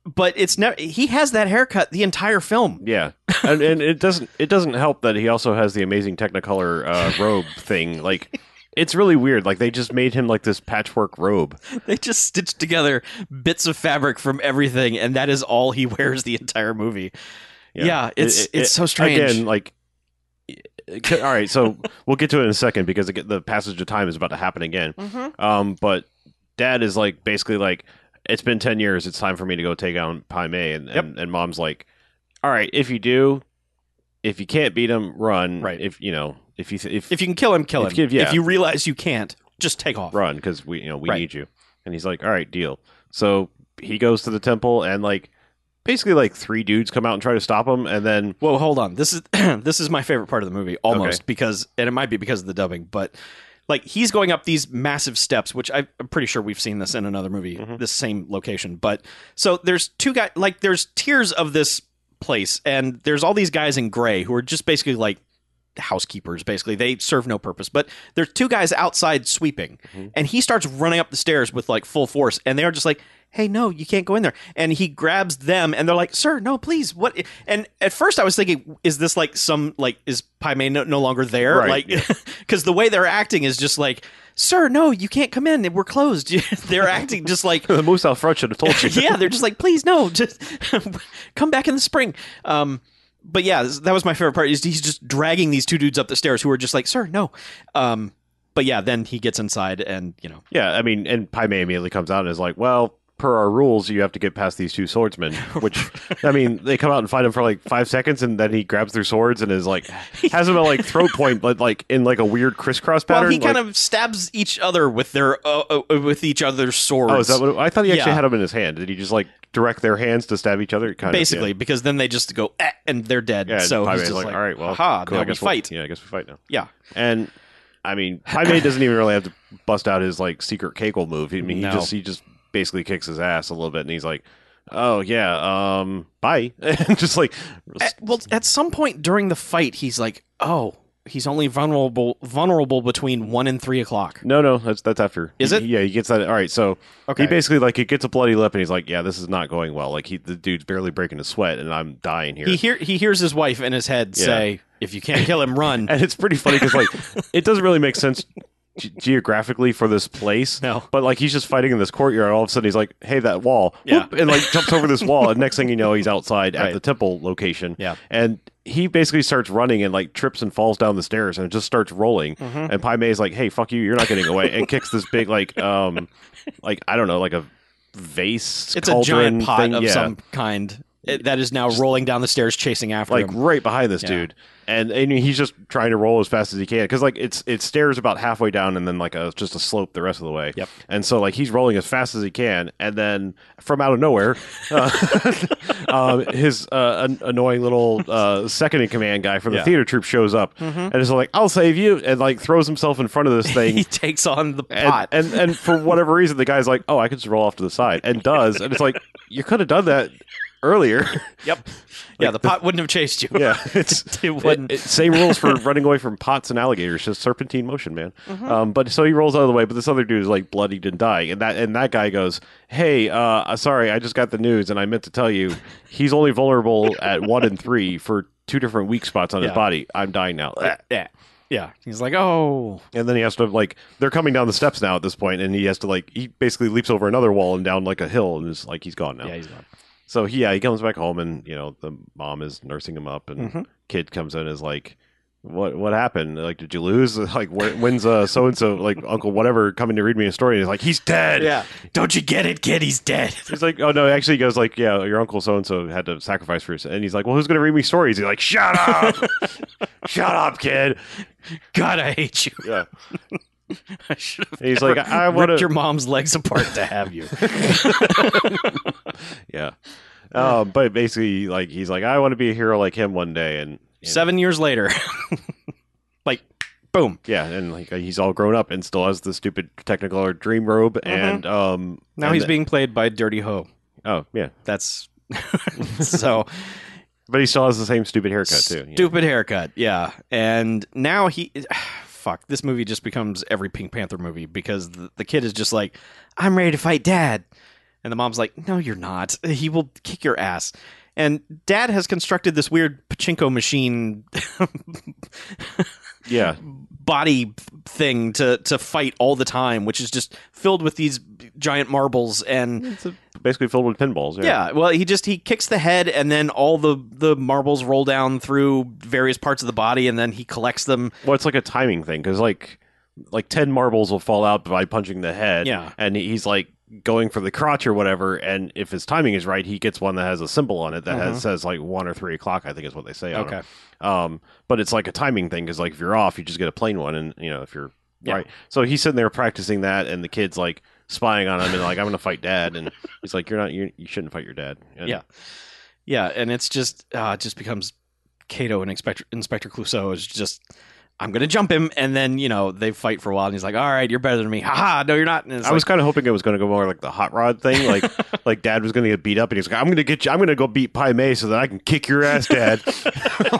[SPEAKER 1] But it's never. He has that haircut the entire film.
[SPEAKER 2] yeah, and, and it doesn't it doesn't help that he also has the amazing Technicolor uh, robe thing. Like, it's really weird. Like they just made him like this patchwork robe.
[SPEAKER 1] They just stitched together bits of fabric from everything, and that is all he wears the entire movie. Yeah, it's
[SPEAKER 2] It- it-
[SPEAKER 1] it's so strange.
[SPEAKER 2] Again, like. it- All right, so we'll get to it in a second because it, the passage of time is about to happen again. Um, but dad is like basically like, it's been ten years. It's time for me to go take on Pai Mei, and
[SPEAKER 1] Yep.
[SPEAKER 2] and, and mom's like, all right, if you do, if you can't beat him, run.
[SPEAKER 1] Right.
[SPEAKER 2] If you know, if you th- if,
[SPEAKER 1] If you can kill him, kill him.
[SPEAKER 2] If you- yeah.
[SPEAKER 1] If you realize you can't, just take off.
[SPEAKER 2] run because we you know we
[SPEAKER 1] Right.
[SPEAKER 2] need you, and he's like, all right, deal. So he goes to the temple and like basically like three dudes come out and try to stop him, and then
[SPEAKER 1] Well, hold on. This is this is my favorite part of the movie almost because, and it might be because of the dubbing, but like he's going up these massive steps, which I, I'm pretty sure we've seen this in another movie,
[SPEAKER 2] Mhm.
[SPEAKER 1] this same location. But so there's two guys, like there's tiers of this place, and there's all these guys in gray who are just basically like housekeepers basically they serve no purpose but there's two guys outside sweeping
[SPEAKER 2] Mhm.
[SPEAKER 1] and he starts running up the stairs with like full force and they're just like hey no you can't go in there and he grabs them and they're like sir no please what i-" and at first i was thinking is this like some like is Paimei no, no longer there
[SPEAKER 2] Right,
[SPEAKER 1] like because the way they're acting is just like sir no you can't come in we're closed they're acting just like
[SPEAKER 2] the moose out front should have told you.
[SPEAKER 1] yeah, they're just like, please no, just come back in the spring. Um, but yeah, this- that was my favorite part. Is he's just dragging these two dudes up the stairs who are just like, sir, no. Um, but yeah, then he gets inside and you know,
[SPEAKER 2] Yeah, I mean, and Paimei immediately comes out and is like, "Well, per our rules, you have to get past these two swordsmen." Which, I mean, they come out and fight him for like five seconds, and then he grabs their swords and is like, has them at like throat point, but like in like a weird crisscross pattern.
[SPEAKER 1] well, he kind
[SPEAKER 2] like-
[SPEAKER 1] of stabs each other with their uh, uh, with each other's swords.
[SPEAKER 2] Oh, is that what? I thought he actually
[SPEAKER 1] Yeah.
[SPEAKER 2] had them in his hand. Did he just like direct their hands to stab each other? Kind
[SPEAKER 1] Basically,
[SPEAKER 2] of,
[SPEAKER 1] because then they just go eh, and they're dead.
[SPEAKER 2] yeah. yeah.
[SPEAKER 1] so
[SPEAKER 2] Paimei's
[SPEAKER 1] he's just
[SPEAKER 2] like,
[SPEAKER 1] like,
[SPEAKER 2] "All right, well,
[SPEAKER 1] ha,
[SPEAKER 2] cool, I
[SPEAKER 1] now we
[SPEAKER 2] guess we'll-
[SPEAKER 1] fight."
[SPEAKER 2] yeah, I guess we fight now.
[SPEAKER 1] yeah,
[SPEAKER 2] And I mean, Paimei doesn't even really have to bust out his like secret Kegel move. I mean, he
[SPEAKER 1] No.
[SPEAKER 2] just he just basically kicks his ass a little bit, and he's like, "Oh yeah, um, bye," and just like,
[SPEAKER 1] At- Eh, well, at some point during the fight, he's like, "Oh, he's only vulnerable vulnerable between one and three o'clock."
[SPEAKER 2] no, no, that's that's after.
[SPEAKER 1] Is
[SPEAKER 2] He-
[SPEAKER 1] it?
[SPEAKER 2] Yeah, he gets that. All right, so
[SPEAKER 1] Okay,
[SPEAKER 2] he basically like he gets a bloody lip, and he's like, "Yeah, this is not going well." Like he, the dude's barely breaking a sweat, and I'm dying here.
[SPEAKER 1] He hear he hears his wife in his head
[SPEAKER 2] Yeah.
[SPEAKER 1] say, "If you can't kill him, run."
[SPEAKER 2] and it's pretty funny because like it doesn't really make sense ge- geographically for this place.
[SPEAKER 1] No.
[SPEAKER 2] but like he's just fighting in this courtyard. All of a sudden, he's like, "Hey, that wall!"
[SPEAKER 1] Yeah.
[SPEAKER 2] Whoop, and like jumps over this wall, and next thing you know, he's outside at
[SPEAKER 1] Right.
[SPEAKER 2] the temple location.
[SPEAKER 1] Yeah.
[SPEAKER 2] and he basically starts running and like trips and falls down the stairs and just starts rolling.
[SPEAKER 1] Mhm.
[SPEAKER 2] And Pai Mei's like, "Hey, fuck you! You're not getting away!" and kicks this big like um like I don't know like a vase.
[SPEAKER 1] It's a giant
[SPEAKER 2] cauldron
[SPEAKER 1] pot
[SPEAKER 2] thing.
[SPEAKER 1] of
[SPEAKER 2] yeah.
[SPEAKER 1] some kind it, that is now rolling down the stairs, chasing after
[SPEAKER 2] like
[SPEAKER 1] him.
[SPEAKER 2] right behind this
[SPEAKER 1] Yeah.
[SPEAKER 2] dude and and he's just trying to roll as fast as he can because like it's it stairs about halfway down and then like a just a slope the rest of the way
[SPEAKER 1] Yep.
[SPEAKER 2] and so like he's rolling as fast as he can and then from out of nowhere uh, um, his uh, an- annoying little uh, second in command guy from the
[SPEAKER 1] Yeah. Mm-hmm.
[SPEAKER 2] theater troupe shows up and is like i'll save you and like throws himself in front of this thing
[SPEAKER 1] He takes on the
[SPEAKER 2] and,
[SPEAKER 1] pot.
[SPEAKER 2] and and for whatever reason, the guy's like, "Oh, I could just roll off to the side," and does, and it's like you could have done that earlier.
[SPEAKER 1] yep. yeah, the pot wouldn't have chased you.
[SPEAKER 2] Yeah, it's
[SPEAKER 1] It wouldn't.
[SPEAKER 2] it- it- same rules for running away from pots and alligators, just serpentine motion, man.
[SPEAKER 1] Mm-hmm.
[SPEAKER 2] Um, but so he rolls out of the way, but this other dude is like bloodied and dying, and that and that guy goes, "Hey, uh, uh, sorry, I just got the news, and I meant to tell you, he's only vulnerable at one and three for two different weak spots on his
[SPEAKER 1] Yeah.
[SPEAKER 2] body. I'm dying now."
[SPEAKER 1] yeah. Yeah. He's like, "Oh,
[SPEAKER 2] And then he has to like they're coming down the steps now at this point, and he has to like he basically leaps over another wall and down like a hill, and is like he's gone now.
[SPEAKER 1] yeah, he's gone."
[SPEAKER 2] So he, yeah, he comes back home, and you know the mom is nursing him up, and
[SPEAKER 1] Mhm.
[SPEAKER 2] kid comes in and is like, "What what happened? Like, did you lose? Like, wh- when's uh so and so like Uncle whatever coming to read me a story?" And he's like, "He's dead."
[SPEAKER 1] Yeah. Don't you get it, kid? He's dead.
[SPEAKER 2] He's like, "Oh no!" Actually, he goes like, "Yeah, your uncle so and so had to sacrifice for his," and he's like, "Well, who's gonna read me stories?" He's like, "Shut up, shut up, kid."
[SPEAKER 1] God, I hate you.
[SPEAKER 2] Yeah,
[SPEAKER 1] I should have
[SPEAKER 2] and he's like, "I want
[SPEAKER 1] ripped
[SPEAKER 2] to."
[SPEAKER 1] your mom's legs apart to have you."
[SPEAKER 2] yeah, um, but basically, like, he's like, "I want to be a hero like him one day," and you know,
[SPEAKER 1] 7 years later. like boom.
[SPEAKER 2] Yeah, and like uh, he's all grown up and still has the stupid Technicolor dream robe, and um,
[SPEAKER 1] Mm-hmm. Now
[SPEAKER 2] and
[SPEAKER 1] he's
[SPEAKER 2] the-
[SPEAKER 1] being played by Dirty Ho.
[SPEAKER 2] oh yeah,
[SPEAKER 1] That's so
[SPEAKER 2] but he still has the same stupid haircut too. yeah.
[SPEAKER 1] Stupid haircut, yeah. And now he, fuck, this movie just becomes every Pink Panther movie because the, the kid is just like, I'm ready to fight dad. And the mom's like, No, you're not. He will kick your ass. And dad has constructed this weird pachinko machine
[SPEAKER 2] Yeah,
[SPEAKER 1] body thing to, to fight all the time, which is just filled with these giant marbles and
[SPEAKER 2] it's a, basically filled with pinballs. Yeah,
[SPEAKER 1] Yeah, well, he just he kicks the head, and then all the the marbles roll down through various parts of the body, and then he collects them.
[SPEAKER 2] well, it's like a timing thing because like like ten marbles will fall out by punching the head.
[SPEAKER 1] Yeah.
[SPEAKER 2] and he's like going for the crotch or whatever, and if his timing is right, he gets one that has a symbol on it that
[SPEAKER 1] Mm-hmm.
[SPEAKER 2] has, says like one or three o'clock. I think is what they say. On 'em. Um, but it's like a timing thing because like if you're off, you just get a plain one, and you know if you're
[SPEAKER 1] Yeah.
[SPEAKER 2] right. So he's sitting there practicing that, and the kid's like spying on him, and like I'm gonna fight dad, and he's like you're not you you shouldn't fight your dad. And
[SPEAKER 1] Yeah. yeah, and it's just uh, it just becomes Cato and Inspector Inspector Clouseau is just I'm gonna jump him, and then you know they fight for a while, and he's like, "All right, you're better than me." Ha ha! No, you're not. And it's
[SPEAKER 2] I was kind of hoping it was going to go more like the hot rod thing, like like dad was going to get beat up, and he's like, "I'm going to get you. I'm going to go beat Pi May so that I can kick your ass, dad."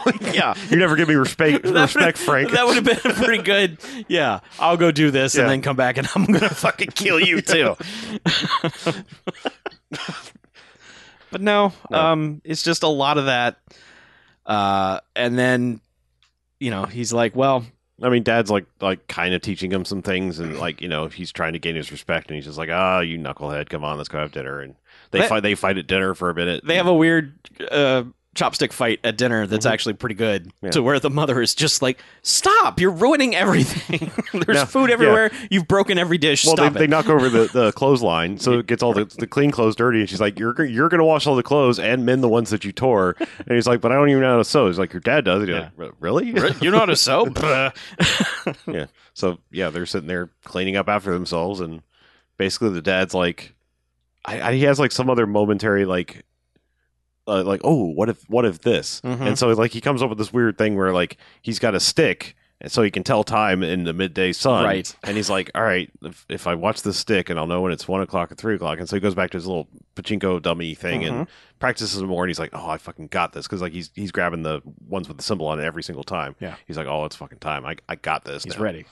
[SPEAKER 1] like, yeah,
[SPEAKER 2] you never give me respect,
[SPEAKER 1] That
[SPEAKER 2] respect,
[SPEAKER 1] would've-
[SPEAKER 2] Frank.
[SPEAKER 1] That would have been a pretty good. Yeah, I'll go do this
[SPEAKER 2] Yeah.
[SPEAKER 1] and then come back and I'm gonna fucking kill you too. but no,
[SPEAKER 2] No.
[SPEAKER 1] um, it's just a lot of that. Uh, and then, you know, he's like, "Well,
[SPEAKER 2] I mean, dad's like like kind of teaching him some things, and like you know he's trying to gain his respect, and he's just like, "Ah, you knucklehead, come on, let's go have dinner." And they
[SPEAKER 1] That-
[SPEAKER 2] fight. They fight at dinner for a minute.
[SPEAKER 1] they have a weird uh, chopstick fight at dinner that's
[SPEAKER 2] Mhm.
[SPEAKER 1] actually pretty good."
[SPEAKER 2] Yeah.
[SPEAKER 1] To where the mother is just like, "Stop! You're ruining everything. There's
[SPEAKER 2] No,
[SPEAKER 1] food everywhere. You've broken every dish.
[SPEAKER 2] well, they,
[SPEAKER 1] Stop it."
[SPEAKER 2] they knock over the, the clothesline, so it gets all the, the clean clothes dirty. And she's like, "You're g- you're gonna wash all the clothes and mend the ones that you tore." And he's like, "But I don't even know how to sew." He's like, "Your dad does." And you're
[SPEAKER 1] Yeah.
[SPEAKER 2] like, "Re- really?
[SPEAKER 1] you know how to sew? Bleh.
[SPEAKER 2] yeah. So yeah, they're sitting there cleaning up after themselves, and basically the dad's like, I, I, he has like some other momentary like, uh, like oh, what if what if this?
[SPEAKER 1] Mhm.
[SPEAKER 2] And so like he comes up with this weird thing where like he's got a stick. and So he can tell time in the midday sun,
[SPEAKER 1] Right.
[SPEAKER 2] And he's like, "All right, if, if I watch this stick, and I'll know when it's one o'clock or three o'clock." And so he goes back to his little pachinko dummy thing
[SPEAKER 1] Mm-hmm.
[SPEAKER 2] and practices more. And he's like, "Oh, I fucking got this," because like he's he's grabbing the ones with the symbol on it every single time.
[SPEAKER 1] Yeah.
[SPEAKER 2] he's like, "Oh, it's fucking time. I, I got this."
[SPEAKER 1] He's
[SPEAKER 2] now."
[SPEAKER 1] ready.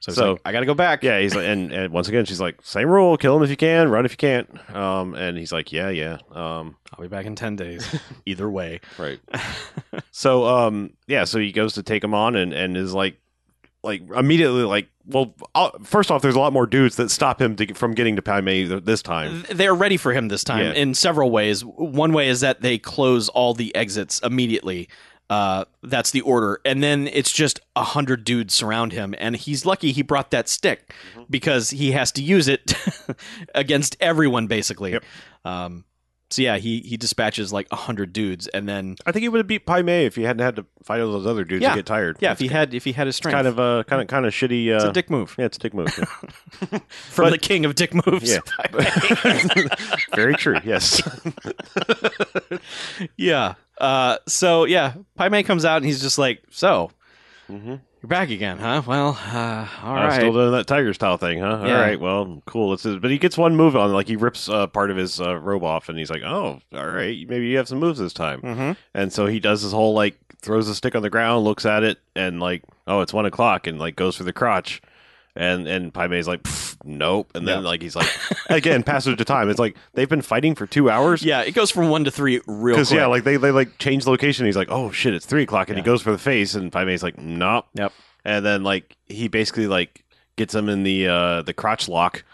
[SPEAKER 1] So, he's
[SPEAKER 2] So-
[SPEAKER 1] like, I got to go back.
[SPEAKER 2] Yeah, he's like, and, and once again, she's like, same rule, kill him if you can, run if you can't. Um, and he's like, yeah, yeah. Um,
[SPEAKER 1] I'll be back in 10 days. Either way.
[SPEAKER 2] right. so, um, yeah, so he goes to take him on and, and is like, like immediately, like, well, i first off, there's a lot more dudes that stop him to, from getting to Pai Mei th- this time.
[SPEAKER 1] Th- They're ready for him this time
[SPEAKER 2] Yeah.
[SPEAKER 1] in several ways. One way is that they close all the exits immediately. Uh, that's the order. And then it's just a hundred dudes surround him. And he's lucky he brought that stick because he has to use it against everyone, basically.
[SPEAKER 2] Yep.
[SPEAKER 1] Um, so yeah, he, he dispatches like a hundred dudes. And then,
[SPEAKER 2] I think he would have beat Pai Mei if he hadn't had to fight all those other dudes
[SPEAKER 1] Yeah.
[SPEAKER 2] to get tired.
[SPEAKER 1] yeah, if he had, if he had his strength,
[SPEAKER 2] kind of a kind of kind of shitty. Uh,
[SPEAKER 1] it's a dick move
[SPEAKER 2] Yeah, it's a dick move. yeah.
[SPEAKER 1] from
[SPEAKER 2] but-
[SPEAKER 1] the king of dick moves.
[SPEAKER 2] Yeah. Very true. Yes.
[SPEAKER 1] Yeah. Uh, so yeah, Pai Mei comes out and he's just like, "So
[SPEAKER 2] mm-hmm.
[SPEAKER 1] you're back again, huh? Well, uh, all
[SPEAKER 2] I'm
[SPEAKER 1] right."
[SPEAKER 2] Still doing that tiger style thing, huh?
[SPEAKER 1] Yeah.
[SPEAKER 2] All right. Well, cool. It's but he gets one move on. Like he rips uh, part of his uh, robe off, and he's like, "Oh, all right. Maybe you have some moves this time."
[SPEAKER 1] Mhm.
[SPEAKER 2] And so he does his whole like throws a stick on the ground, looks at it, and like, "Oh, it's one o'clock," and like goes for the crotch. And and Pai Mei's like, "Pff, "Nope." And then
[SPEAKER 1] Yeah.
[SPEAKER 2] like he's like, again, passage of time. It's like they've been fighting for two hours.
[SPEAKER 1] Yeah, it goes from one to three real quick.
[SPEAKER 2] Because yeah, like they, they like change location. He's like, oh shit, it's three o'clock, and he
[SPEAKER 1] Yeah.
[SPEAKER 2] goes for the face, and Pai Mei's like, nope.
[SPEAKER 1] Yep.
[SPEAKER 2] And then like he basically like gets him in the uh the crotch lock,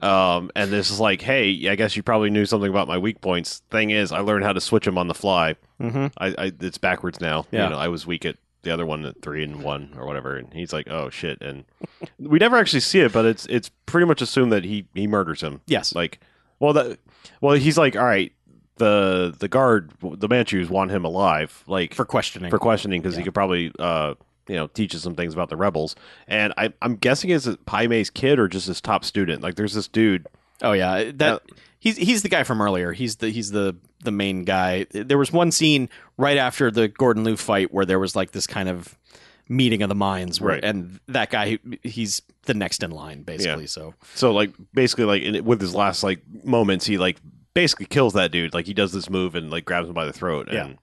[SPEAKER 2] um, and this is like, hey, I guess you probably knew something about my weak points. Thing is, I learned how to switch him on the fly.
[SPEAKER 1] Mhm.
[SPEAKER 2] I, I it's backwards now.
[SPEAKER 1] Yeah.
[SPEAKER 2] You know, I was weak at the other one at three and one or whatever, and he's like, oh shit, and we never actually see it, but it's it's pretty much assumed that he he murders him.
[SPEAKER 1] Yes.
[SPEAKER 2] Like, well, that, well, he's like, all right, the the guard, the Manchus want him alive, like
[SPEAKER 1] for questioning.
[SPEAKER 2] for questioning, because he could probably, uh, you know, teach us some things about the rebels. And I, I'm guessing it's Pai Mei's kid or just his top student. Like, there's this dude.
[SPEAKER 1] oh yeah, that
[SPEAKER 2] Uh,
[SPEAKER 1] he's he's the guy from earlier. He's the he's the the main guy. There was one scene right after the Gordon Liu fight where there was like this kind of meeting of the minds, where,
[SPEAKER 2] Right.
[SPEAKER 1] And that guy, he's the next in line, basically. So
[SPEAKER 2] So, like, basically, like in, with his last like moments, he like basically kills that dude. Like, he does this move and like grabs him by the throat.
[SPEAKER 1] Yeah.
[SPEAKER 2] And,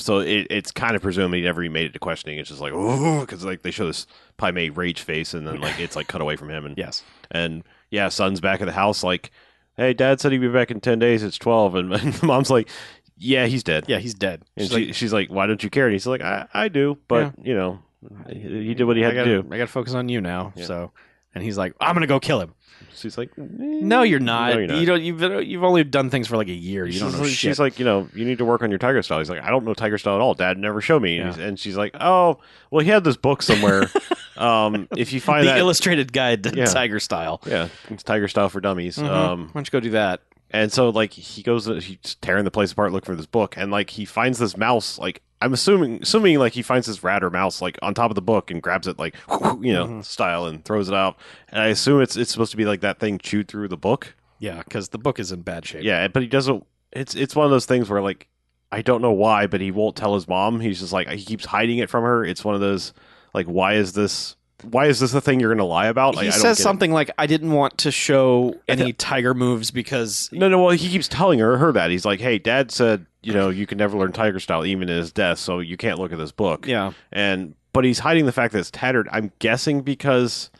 [SPEAKER 2] so it, it's kind of presumed he never even made it to questioning. It's just like, oh, because like they show this Pai Mei rage face, and then like it's like cut away from him, and
[SPEAKER 1] yes,
[SPEAKER 2] And yeah, son's back at the house, like, hey, dad said he'd be back in 10 days. It's 12. And, and mom's like, yeah, he's dead.
[SPEAKER 1] yeah, he's dead.
[SPEAKER 2] And
[SPEAKER 1] She's
[SPEAKER 2] she,
[SPEAKER 1] like,
[SPEAKER 2] she's like, why don't you care? And he's like, I, I do, but, you know, he he did what he had
[SPEAKER 1] I gotta,
[SPEAKER 2] to do.
[SPEAKER 1] I gotta focus on you now.
[SPEAKER 2] Yeah.
[SPEAKER 1] So, and he's like, I'm gonna go kill him.
[SPEAKER 2] She's like,
[SPEAKER 1] No, you're not.
[SPEAKER 2] Mm. No, you're not.
[SPEAKER 1] You don't. You've you've only done things for like a year. You don't
[SPEAKER 2] she's
[SPEAKER 1] know
[SPEAKER 2] like,
[SPEAKER 1] shit.
[SPEAKER 2] she's like, you know, you need to work on your tiger style. He's like, I don't know tiger style at all. Dad never showed me. And
[SPEAKER 1] Yeah.
[SPEAKER 2] he's- And she's like, oh, well, he had this book somewhere. um, if you find
[SPEAKER 1] the
[SPEAKER 2] that,
[SPEAKER 1] illustrated guide to
[SPEAKER 2] Yeah.
[SPEAKER 1] Tiger Style.
[SPEAKER 2] yeah, it's tiger style for dummies.
[SPEAKER 1] Mhm.
[SPEAKER 2] Um,
[SPEAKER 1] Why don't you go do that?
[SPEAKER 2] And so like he goes he's tearing the place apart looking for this book and like he finds this mouse like I'm assuming assuming like he finds this rat or mouse like on top of the book and grabs it like you know
[SPEAKER 1] Mhm.
[SPEAKER 2] style and throws it out and I assume it's it's supposed to be like that thing chewed through the book
[SPEAKER 1] Yeah, because the book is in bad shape.
[SPEAKER 2] yeah but he doesn't it's it's one of those things where like I don't know why but he won't tell his mom he's just like he keeps hiding it from her it's one of those Like, why is this? Why is this the thing you're going to lie about? Like,
[SPEAKER 1] he
[SPEAKER 2] I don't
[SPEAKER 1] says
[SPEAKER 2] get it.
[SPEAKER 1] something like, "I didn't want to show any tiger moves because
[SPEAKER 2] No, no. Well, he keeps telling her her that he's like, "Hey, Dad said you know you can never learn Tiger style even in his death, so you can't look at this book."
[SPEAKER 1] yeah,
[SPEAKER 2] and but he's hiding the fact that it's tattered. I'm guessing because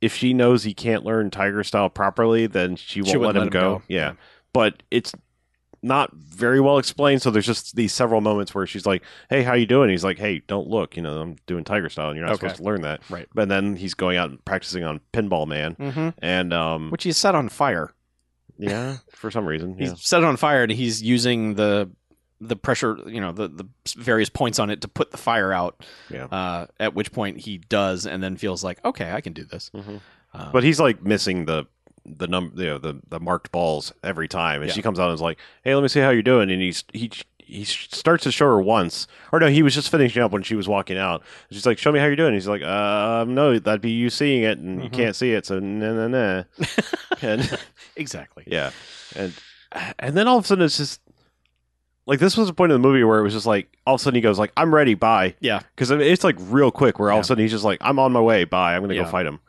[SPEAKER 2] if she knows he can't learn Tiger style properly, then she won't
[SPEAKER 1] wouldn't
[SPEAKER 2] let him, go. Yeah. but it's not very well explained. So there's just these several moments where she's like, "Hey, how you doing?" He's like, "Hey, don't look. You know, I'm doing Tiger style, and you're not
[SPEAKER 1] Okay.
[SPEAKER 2] supposed to learn that."
[SPEAKER 1] Right.
[SPEAKER 2] But then he's going out and practicing on Pinball Man,
[SPEAKER 1] hmm
[SPEAKER 2] and um,
[SPEAKER 1] which he's set on fire.
[SPEAKER 2] yeah, for some reason,
[SPEAKER 1] He's
[SPEAKER 2] yeah.
[SPEAKER 1] set it on fire and he's using the the pressure, you know, the the various points on it to put the fire out.
[SPEAKER 2] Yeah.
[SPEAKER 1] Uh, at which point he does, and then feels like, okay, I can do this.
[SPEAKER 2] Mhm.
[SPEAKER 1] Um,
[SPEAKER 2] But he's like missing the the num you know the the marked balls every time, and
[SPEAKER 1] Yeah.
[SPEAKER 2] she comes out and is like, "Hey, let me see how you're doing." And he's he he starts to show her once, or no, he was just finishing up when she was walking out. And she's like, "Show me how you're doing." And he's like, "Um, no, that'd be you seeing it, and you
[SPEAKER 1] Mhm.
[SPEAKER 2] can't see it, so nah, nah, nah." and
[SPEAKER 1] exactly.
[SPEAKER 2] yeah, and and then all of a sudden it's just. Like this was a point in the movie where it was just like all of a sudden he goes like I'm ready bye
[SPEAKER 1] Yeah.
[SPEAKER 2] because I mean, it's like real quick where all
[SPEAKER 1] Yeah.
[SPEAKER 2] of a sudden he's just like I'm on my way bye I'm gonna
[SPEAKER 1] Yeah.
[SPEAKER 2] go fight him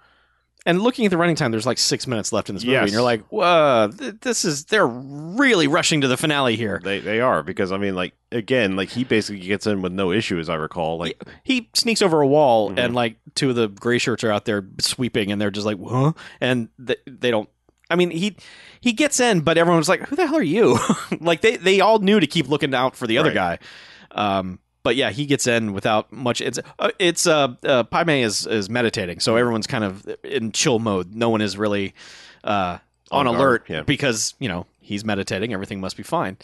[SPEAKER 1] And looking at the running time, there's like six minutes left in this movie,
[SPEAKER 2] Yes.
[SPEAKER 1] and you're like, whoa, th- this is they're really rushing to the finale here.
[SPEAKER 2] They they are because I mean like again like he basically gets in with no issue as I recall like
[SPEAKER 1] He sneaks over a wall,
[SPEAKER 2] Mhm.
[SPEAKER 1] and like two of the gray shirts are out there sweeping, and they're just like, huh? And th- they don't. I mean, he he gets in, but everyone's like, "Who the hell are you?" like they they all knew to keep looking out for the other guy. Um, but yeah, he gets in without much. It's uh, it's uh, uh Paime is is meditating, so everyone's kind of in chill mode. No one is really uh on,
[SPEAKER 2] On guard,
[SPEAKER 1] alert
[SPEAKER 2] yeah.
[SPEAKER 1] because you know he's meditating. Everything must be fine.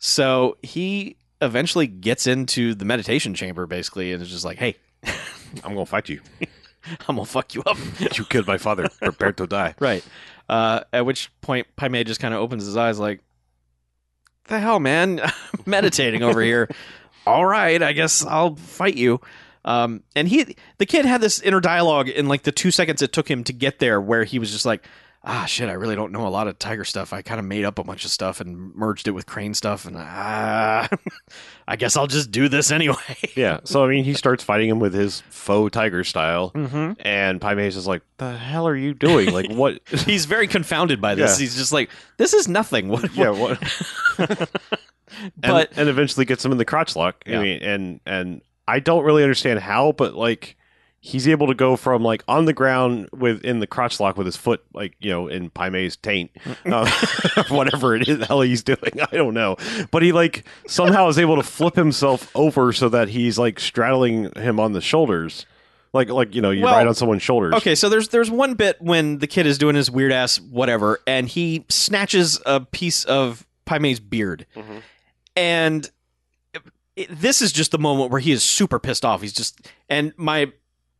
[SPEAKER 1] So he eventually gets into the meditation chamber basically and is just like, "Hey,
[SPEAKER 2] I'm gonna fight you.
[SPEAKER 1] I'm gonna fuck you up."
[SPEAKER 2] You killed my father. Prepare to die.
[SPEAKER 1] right. Uh, at which point, Paime just kind of opens his eyes, like, "The hell, man! meditating over here. All right, I guess I'll fight you." Um, and he, the kid, had this inner dialogue in like the two seconds it took him to get there, where he was just like, "Ah, shit! I really don't know a lot of tiger stuff. I kind of made up a bunch of stuff and merged it with crane stuff, and ah, I guess I'll just do this anyway."
[SPEAKER 2] Yeah. So I mean he starts fighting him with his faux tiger style,
[SPEAKER 1] Mm-hmm.
[SPEAKER 2] and Pai Mei's is like, "The hell are you doing? Like what?
[SPEAKER 1] He's very confounded by this.
[SPEAKER 2] Yeah.
[SPEAKER 1] He's just like, "This is nothing." What,
[SPEAKER 2] yeah. What?"
[SPEAKER 1] But
[SPEAKER 2] and, and eventually gets him in the crotch lock.
[SPEAKER 1] Yeah.
[SPEAKER 2] I mean, and and I don't really understand how, but like he's able to go from like on the ground with in the crotch lock with his foot, like you know, in Paime's taint, uh, whatever it is the hell he's doing. I don't know, but he like somehow is able to flip himself over so that he's like straddling him on the shoulders, like like you know you
[SPEAKER 1] Well,
[SPEAKER 2] ride on someone's shoulders.
[SPEAKER 1] Okay, so there's there's one bit when the kid is doing his weird ass whatever, and he snatches a piece of Paime's beard,
[SPEAKER 2] Mhm.
[SPEAKER 1] and it, this is just the moment where he is super pissed off. He's just and my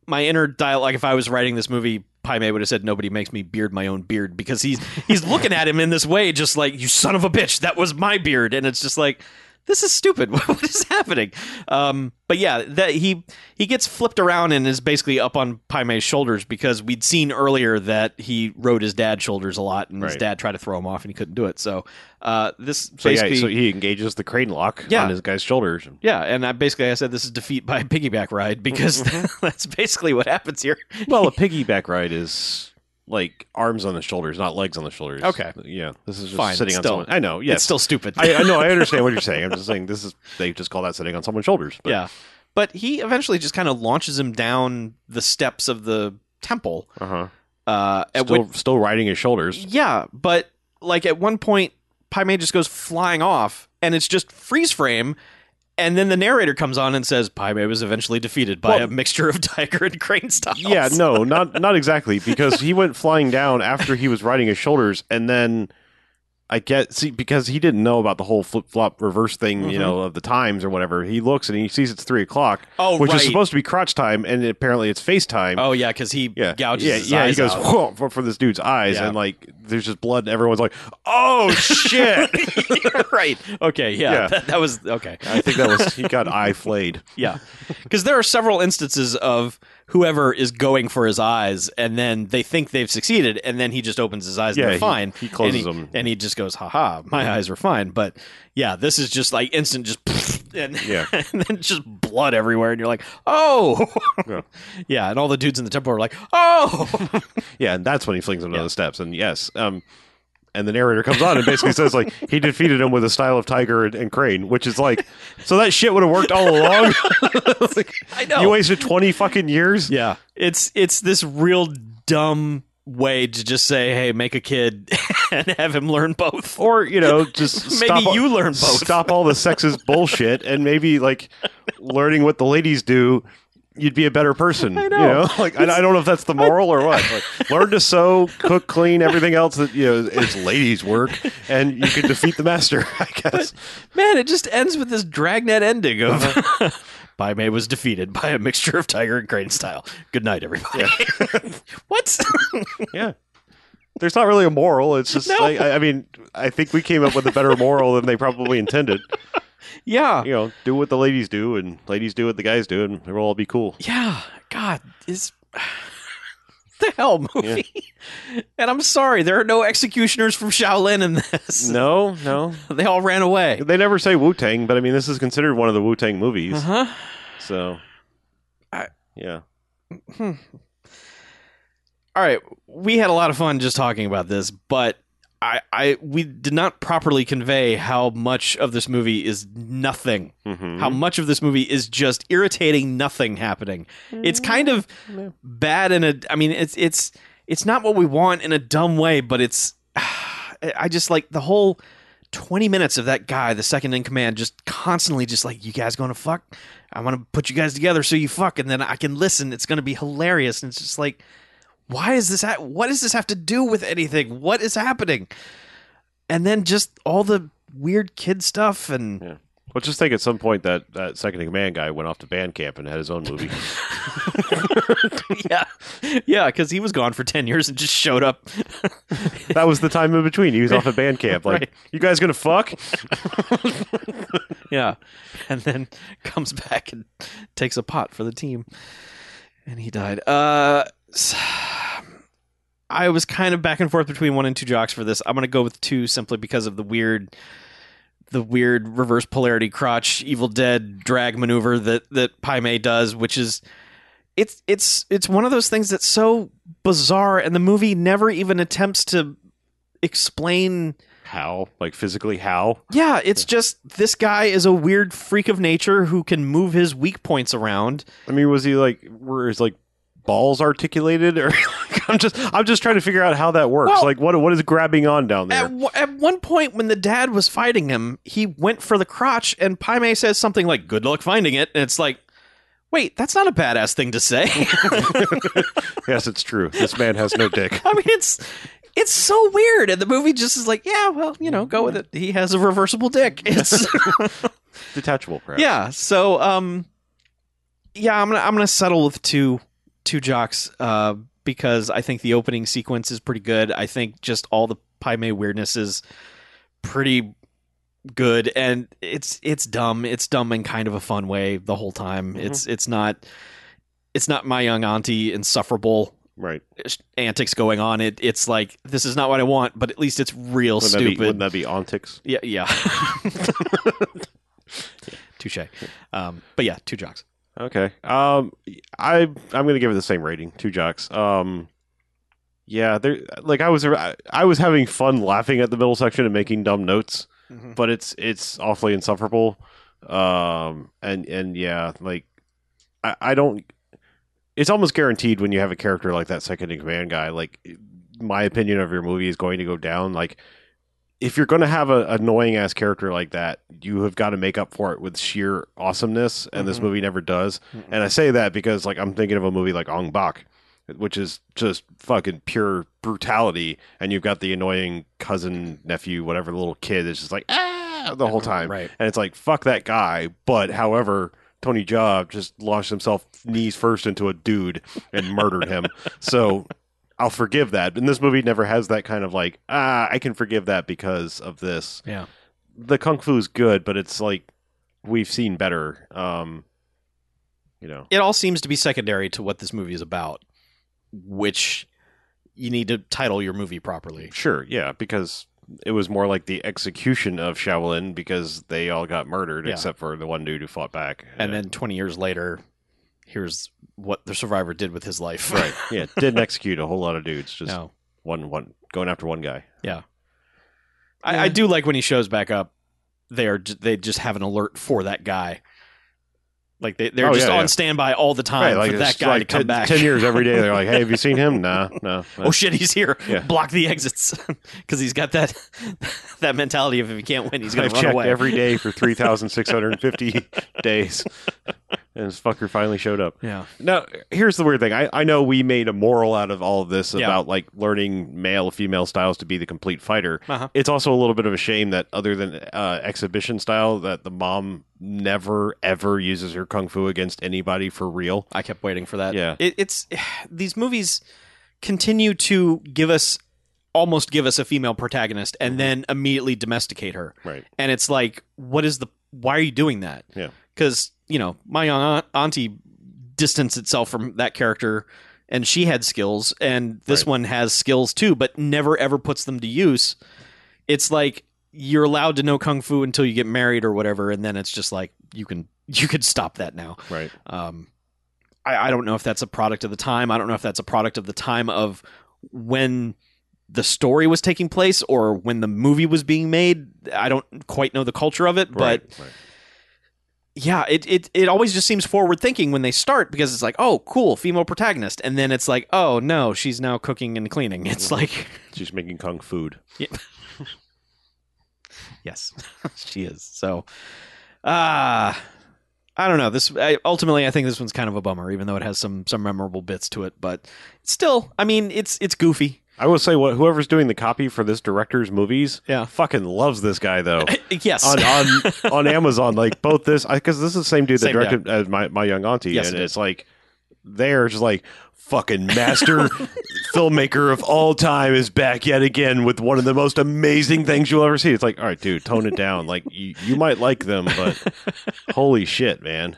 [SPEAKER 1] my inner dialogue. If I was writing this movie, Paime would have said, "Nobody makes me beard my own beard," because he's he's looking at him in this way, just like you son of a bitch, that was my beard, and it's just like. This is stupid. what is happening? Um, but yeah, that he he gets flipped around and is basically up on Paime's shoulders because we'd seen earlier that he rode his dad's shoulders a lot, and his
[SPEAKER 2] Right.
[SPEAKER 1] dad tried to throw him off and he couldn't do it. So uh, this
[SPEAKER 2] So yeah,
[SPEAKER 1] basically
[SPEAKER 2] so he engages the crane lock
[SPEAKER 1] Yeah.
[SPEAKER 2] on his guy's shoulders.
[SPEAKER 1] yeah, and I basically I said this is defeat by piggyback ride because that's basically what happens here.
[SPEAKER 2] Mm-hmm. Well, a piggyback ride is like arms on the shoulders, not legs on the shoulders.
[SPEAKER 1] Okay.
[SPEAKER 2] Yeah. This is just
[SPEAKER 1] Fine,
[SPEAKER 2] sitting
[SPEAKER 1] still.
[SPEAKER 2] on someone. I know. Yes.
[SPEAKER 1] It's still stupid.
[SPEAKER 2] I, I know. I understand what you're saying. I'm just saying this is they just call that sitting on someone's shoulders. But,
[SPEAKER 1] yeah, but he eventually just kind of launches him down the steps of the temple.
[SPEAKER 2] Uh-huh.
[SPEAKER 1] Uh, at
[SPEAKER 2] Still,
[SPEAKER 1] which,
[SPEAKER 2] still riding his shoulders.
[SPEAKER 1] yeah, but like at one point, Paime just goes flying off, and it's just freeze frame. And then the narrator comes on and says, Paime was eventually defeated by
[SPEAKER 2] Well-
[SPEAKER 1] a mixture of tiger and crane styles.
[SPEAKER 2] Yeah. No. Not not exactly because he went flying down after he was riding his shoulders, and then I get see because he didn't know about the whole flip flop reverse thing,
[SPEAKER 1] Mhm.
[SPEAKER 2] you know, of the times or whatever. He looks and he sees it's three o'clock,
[SPEAKER 1] Oh,
[SPEAKER 2] which
[SPEAKER 1] right.
[SPEAKER 2] is supposed to be crotch time, and apparently it's face time.
[SPEAKER 1] oh, yeah, because he
[SPEAKER 2] Yeah,
[SPEAKER 1] gouges
[SPEAKER 2] yeah,
[SPEAKER 1] his
[SPEAKER 2] yeah.
[SPEAKER 1] eyes
[SPEAKER 2] he goes
[SPEAKER 1] out.
[SPEAKER 2] "Whoa," for, for this dude's eyes,
[SPEAKER 1] Yeah.
[SPEAKER 2] and like there's just blood, and everyone's like, "Oh shit!"
[SPEAKER 1] right. Okay. Yeah.
[SPEAKER 2] Yeah.
[SPEAKER 1] That, that was okay.
[SPEAKER 2] I think that was he got eye flayed.
[SPEAKER 1] Yeah. Because there are several instances of whoever is going for his eyes, and then they think they've succeeded, and then he just opens his eyes
[SPEAKER 2] Yeah,
[SPEAKER 1] and they're
[SPEAKER 2] he-
[SPEAKER 1] fine.
[SPEAKER 2] he closes
[SPEAKER 1] and
[SPEAKER 2] them.
[SPEAKER 1] and he just goes, "Ha ha, my eyes are fine." But yeah, this is just like instant, just and,
[SPEAKER 2] Yeah.
[SPEAKER 1] and then just blood everywhere, and you're like, oh,
[SPEAKER 2] Yeah.
[SPEAKER 1] yeah, and all the dudes in the temple are like, oh,
[SPEAKER 2] Yeah, and that's when he flings him down
[SPEAKER 1] Yeah.
[SPEAKER 2] the steps. And yes, um, and the narrator comes on and basically says like he defeated him with a style of tiger and, and crane, which is like, so that shit would have worked all along. Like,
[SPEAKER 1] I know.
[SPEAKER 2] You wasted twenty fucking years.
[SPEAKER 1] yeah, it's it's this real dumb way to just say, hey, make a kid and have him learn both.
[SPEAKER 2] Or you know, just
[SPEAKER 1] Maybe
[SPEAKER 2] stop all-
[SPEAKER 1] you learn both.
[SPEAKER 2] Stop all the sexist bullshit, and maybe like learning what the ladies do, you'd be a better person.
[SPEAKER 1] I know.
[SPEAKER 2] You know? Like I, I don't know if that's the moral or what. Like, learn to sew, cook, clean, everything else that you know is- is ladies' work, and you can defeat the master. I guess.
[SPEAKER 1] Man, it just ends with this dragnet ending of. Bai Mei Uh-huh. was defeated by a mixture of tiger and crane style. Good night, everybody. what?
[SPEAKER 2] yeah. There's not really a moral. It's just
[SPEAKER 1] No.
[SPEAKER 2] like I, I mean, I think we came up with a better moral than they probably intended.
[SPEAKER 1] yeah.
[SPEAKER 2] You know, do what the ladies do, and ladies do what the guys do, and we'll all be cool.
[SPEAKER 1] Yeah, God, is the hell movie. And I'm sorry, there are no executioners from Shaolin in this.
[SPEAKER 2] No, no,
[SPEAKER 1] They all ran away.
[SPEAKER 2] they never say Wu Tang, but I mean, this is considered one of the Wu Tang movies.
[SPEAKER 1] Uh-huh.
[SPEAKER 2] So,
[SPEAKER 1] I-
[SPEAKER 2] yeah,
[SPEAKER 1] All right, we had a lot of fun just talking about this, but I, I we did not properly convey how much of this movie is nothing.
[SPEAKER 2] Mhm.
[SPEAKER 1] How much of this movie is just irritating nothing happening. It's kind of
[SPEAKER 2] Yeah.
[SPEAKER 1] bad in a I mean it's it's it's not what we want in a dumb way, but it's I just like the whole 20 minutes of that guy, the second in command, just constantly just like, you guys going to fuck? I want to put you guys together so you fuck, and then I can listen. It's going to be hilarious. And it's just like, why is this? Ha- what does this have to do with anything? What is happening? And then just all the weird kid stuff and
[SPEAKER 2] Well, just think at some point that that second in command guy went off to band camp and had his own movie.
[SPEAKER 1] yeah, yeah, because he was gone for 10 years and just showed up.
[SPEAKER 2] that was the time in between. He was off at band camp. Like,
[SPEAKER 1] Right.
[SPEAKER 2] you guys gonna fuck?
[SPEAKER 1] Yeah. And then comes back and takes a pot for the team. And he died. Uh s- I was kind of back and forth between one and two jocks for this. I'm going to go with two simply because of the weird the weird reverse polarity crotch evil dead drag maneuver that that Pai Mei does, which is it's it's it's one of those things that's so bizarre and the movie never even attempts to explain
[SPEAKER 2] How? Like physically? How?
[SPEAKER 1] yeah, it's just this guy is a weird freak of nature who can move his weak points around.
[SPEAKER 2] I mean, was he like were his like balls articulated or like, I'm just I'm just trying to figure out how that works.
[SPEAKER 1] Well-
[SPEAKER 2] like what what is grabbing on down there?
[SPEAKER 1] At, w- at one point, when the dad was fighting him, he went for the crotch, and Paime says something like, Good luck finding it. And it's like, Wait, that's not a badass thing to say.
[SPEAKER 2] yes, it's true. This man has no dick.
[SPEAKER 1] I mean, it's. It's so weird, and the movie just is like, yeah, well, you know, go with it. He has a reversible dick. It's
[SPEAKER 2] Detachable perhaps.
[SPEAKER 1] yeah so um yeah i'm gonna i'm gonna settle with two two jocks uh because i think the opening sequence is pretty good i think just all the pai Mei weirdness is pretty good and it's it's dumb it's dumb in kind of a fun way the whole time
[SPEAKER 2] Mm-hmm.
[SPEAKER 1] it's it's not it's not my young auntie insufferable
[SPEAKER 2] Right.
[SPEAKER 1] antics going on it it's like this is not what i want but at least it's real
[SPEAKER 2] Wouldn't that, be,
[SPEAKER 1] stupid
[SPEAKER 2] wouldn't that be ontics?
[SPEAKER 1] yeah, yeah. Touche. Um, but yeah, two jocks.
[SPEAKER 2] Okay. Um I I'm gonna give it the same rating, two jocks. Um yeah, there like I was I, I was having fun laughing at the middle section and making dumb notes.
[SPEAKER 1] Mm-hmm.
[SPEAKER 2] but it's it's awfully insufferable um and and yeah like i i don't it's almost guaranteed when you have a character like that second in command guy like my opinion of your movie is going to go down like if you're going to have a annoying ass character like that you have got to make up for it with sheer awesomeness and this
[SPEAKER 1] Mhm.
[SPEAKER 2] movie never does
[SPEAKER 1] Mhm.
[SPEAKER 2] and i say that because like i'm thinking of a movie like ong bak which is just fucking pure brutality and you've got the annoying cousin nephew whatever little kid that's just like ah the whole time
[SPEAKER 1] Right.
[SPEAKER 2] and it's like fuck that guy but however tony job just launched himself knees first into a dude and murdered him so i'll forgive that and this movie never has that kind of like ah i can forgive that because of this
[SPEAKER 1] Yeah.
[SPEAKER 2] the kung fu is good but it's like we've seen better um you know
[SPEAKER 1] It all seems to be secondary to what this movie is about, which you need to title your movie properly.
[SPEAKER 2] sure yeah because it was more like the execution of Shaolin because they all got murdered
[SPEAKER 1] Yeah.
[SPEAKER 2] except for the one dude who fought back.
[SPEAKER 1] And
[SPEAKER 2] Yeah.
[SPEAKER 1] then 20 years later, here's what the survivor did with his life.
[SPEAKER 2] right, yeah, didn't execute a whole lot of dudes, just
[SPEAKER 1] no.
[SPEAKER 2] one one going after one guy.
[SPEAKER 1] I,
[SPEAKER 2] Yeah.
[SPEAKER 1] I do like when he shows back up. They are ju- they just have an alert for that guy. Like they they're
[SPEAKER 2] Oh,
[SPEAKER 1] just
[SPEAKER 2] yeah,
[SPEAKER 1] on
[SPEAKER 2] yeah.
[SPEAKER 1] standby all the time Uh, for
[SPEAKER 2] it's
[SPEAKER 1] that guy
[SPEAKER 2] like
[SPEAKER 1] to come
[SPEAKER 2] 10
[SPEAKER 1] back.
[SPEAKER 2] Ten years every day, they're like, "Hey, have you seen him? Nah, no.
[SPEAKER 1] oh shit, he's here.
[SPEAKER 2] Yeah.
[SPEAKER 1] Block the exits because he's got that that mentality of if he can't win, he's gonna
[SPEAKER 2] I've
[SPEAKER 1] run
[SPEAKER 2] checked
[SPEAKER 1] away.
[SPEAKER 2] every day for three thousand six hundred and fifty days, and this fucker finally showed up.
[SPEAKER 1] yeah,
[SPEAKER 2] Now, here's the weird thing. I, I know we made a moral out of all of this
[SPEAKER 1] Yeah.
[SPEAKER 2] about like learning male female styles to be the complete fighter.
[SPEAKER 1] Uh-huh.
[SPEAKER 2] It's also a little bit of a shame that other than uh, exhibition style, that the mom never ever uses her kung fu against anybody for real.
[SPEAKER 1] I kept waiting for that.
[SPEAKER 2] Yeah.
[SPEAKER 1] it, it's these movies continue to give us almost give us a female protagonist
[SPEAKER 2] Mm-hmm.
[SPEAKER 1] and then immediately domesticate her.
[SPEAKER 2] Right.
[SPEAKER 1] and it's like what is the why are you doing that
[SPEAKER 2] Yeah.
[SPEAKER 1] because you know my aunt, auntie distanced itself from that character and she had skills and this
[SPEAKER 2] Right.
[SPEAKER 1] one has skills too but never ever puts them to use it's like you're allowed to know kung fu until you get married or whatever and then it's just like you can you could stop that now
[SPEAKER 2] Right.
[SPEAKER 1] um, I, I don't know if that's a product of the time. I don't know if that's a product of the time of when the story was taking place or when the movie was being made. I don't quite know the culture of it, but
[SPEAKER 2] right. Right.
[SPEAKER 1] yeah, it, it it always just seems forward thinking when they start because it's like, oh, cool, female protagonist, and then it's like, oh no, she's now cooking and cleaning. It's like,
[SPEAKER 2] she's making kung food.
[SPEAKER 1] yes, she is. So, ah. I don't know. This I, ultimately, I think this one's kind of a bummer, even though it has some some memorable bits to it. But still, I mean, it's it's goofy.
[SPEAKER 2] I will say, what whoever's doing the copy for this director's movies,
[SPEAKER 1] Yeah.
[SPEAKER 2] fucking loves this guy though.
[SPEAKER 1] Yes.
[SPEAKER 2] on on, on Amazon, like both this because this is the same dude that
[SPEAKER 1] Same guy.
[SPEAKER 2] directed uh, my my young auntie,
[SPEAKER 1] Yes,
[SPEAKER 2] and
[SPEAKER 1] it
[SPEAKER 2] it's like they're just like fucking master filmmaker of all time is back yet again with one of the most amazing things you'll ever see. It's like, all right, dude, tone it down. Like you, you might like them, but holy shit, man!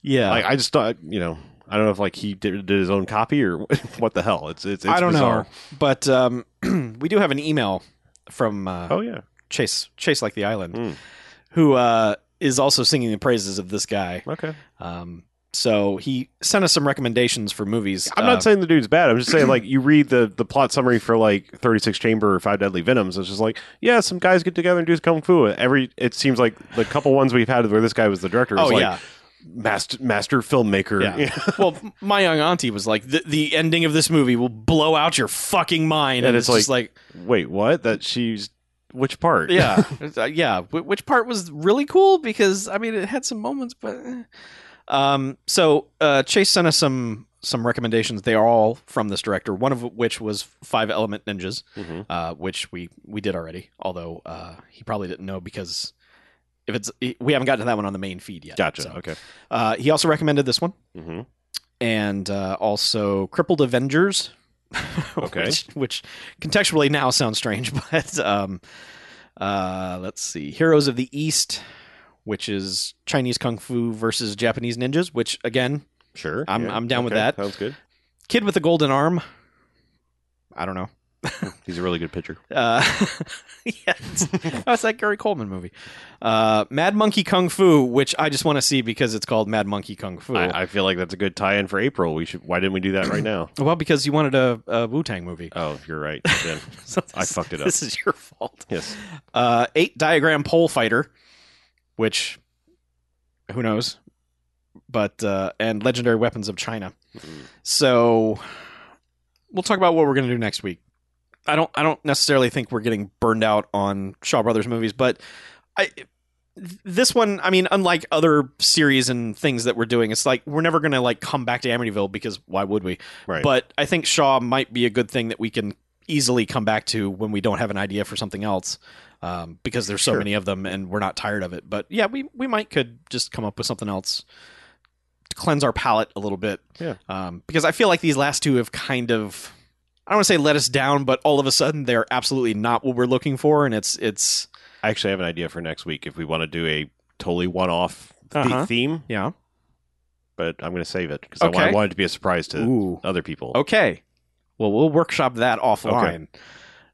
[SPEAKER 1] yeah.
[SPEAKER 2] Like I just thought, you know, I don't know if like he did, did his own copy or what the hell. It's it's, it's
[SPEAKER 1] I don't
[SPEAKER 2] bizarre.
[SPEAKER 1] know. But um, we do have an email from uh,
[SPEAKER 2] Oh yeah,
[SPEAKER 1] Chase Chase like the island,
[SPEAKER 2] Hmm.
[SPEAKER 1] who uh, is also singing the praises of this guy.
[SPEAKER 2] okay.
[SPEAKER 1] Um, so he sent us some recommendations for movies.
[SPEAKER 2] I'm
[SPEAKER 1] Uh,
[SPEAKER 2] not saying the dude's bad. I'm just saying like you read the the plot summary for like 36 Chamber or Five Deadly Venoms. It's just like yeah, some guys get together and do kung fu. Every it seems like the couple ones we've had where this guy was the director. Was
[SPEAKER 1] Oh
[SPEAKER 2] like,
[SPEAKER 1] yeah,
[SPEAKER 2] master master filmmaker.
[SPEAKER 1] yeah. well, my young auntie was like, the, "The ending of this movie will blow out your fucking mind," and,
[SPEAKER 2] And
[SPEAKER 1] it's,
[SPEAKER 2] it's
[SPEAKER 1] just like,
[SPEAKER 2] Wait, what? That she's which part?
[SPEAKER 1] yeah, It's, uh, yeah. Wh- Which part was really cool because I mean, it had some moments, but eh. um. So uh, Chase sent us some some recommendations. They are all from this director. One of which was Five Element Ninjas,
[SPEAKER 2] Mhm.
[SPEAKER 1] uh, which we we did already. Although uh, he probably didn't know because if it's we haven't gotten to that one on the main feed yet.
[SPEAKER 2] Gotcha.
[SPEAKER 1] So,
[SPEAKER 2] Okay.
[SPEAKER 1] Uh, he also recommended this one
[SPEAKER 2] hmm
[SPEAKER 1] and uh, also Crippled Avengers.
[SPEAKER 2] Okay.
[SPEAKER 1] which, which contextually now sounds strange, but um, uh, let's see. Heroes of the East, which is Chinese Kung Fu versus Japanese ninjas, which again,
[SPEAKER 2] Sure.
[SPEAKER 1] I'm- I'm down with that.
[SPEAKER 2] Sounds good.
[SPEAKER 1] Kid with a Golden Arm. I don't know.
[SPEAKER 2] He's a really good pitcher.
[SPEAKER 1] Uh, yeah, it's, oh, it's that Gary Coleman movie. Uh, Mad Monkey Kung Fu, which I just want to see because it's called Mad Monkey Kung Fu.
[SPEAKER 2] I, I feel like that's a good tie-in for April. We should. Why didn't we do that right now?
[SPEAKER 1] well, because you wanted a, a Wu Tang movie.
[SPEAKER 2] Oh, you're right. Then.
[SPEAKER 1] So
[SPEAKER 2] I
[SPEAKER 1] this-
[SPEAKER 2] fucked it up.
[SPEAKER 1] This is your fault.
[SPEAKER 2] Yes.
[SPEAKER 1] Uh, eight diagram pole fighter, which who knows, but uh, and legendary weapons of China. So we'll talk about what we're going to do next week. I don't I don't necessarily think we're getting burned out on Shaw Brothers movies, but I this one, I mean, unlike other series and things that we're doing, it's like we're never going to like come back to Amityville because why would we?
[SPEAKER 2] Right.
[SPEAKER 1] But I think Shaw might be a good thing that we can easily come back to when we don't have an idea for something else um, because there's so
[SPEAKER 2] Sure.
[SPEAKER 1] many of them and we're not tired of it. But yeah, we, we might could just come up with something else to cleanse our palate a little bit.
[SPEAKER 2] Yeah.
[SPEAKER 1] Um, because I feel like these last two have kind of, I don't want to say let us down, but all of a sudden they're absolutely not what we're looking for. And it's, it's,
[SPEAKER 2] I actually have an idea for next week if we want to do a totally one-off the-
[SPEAKER 1] Uh-huh.
[SPEAKER 2] theme,
[SPEAKER 1] yeah.
[SPEAKER 2] but I'm going to save it because I,
[SPEAKER 1] Okay.
[SPEAKER 2] want, I want it to be a surprise to
[SPEAKER 1] Ooh.
[SPEAKER 2] other people.
[SPEAKER 1] Okay. Well, we'll workshop that offline.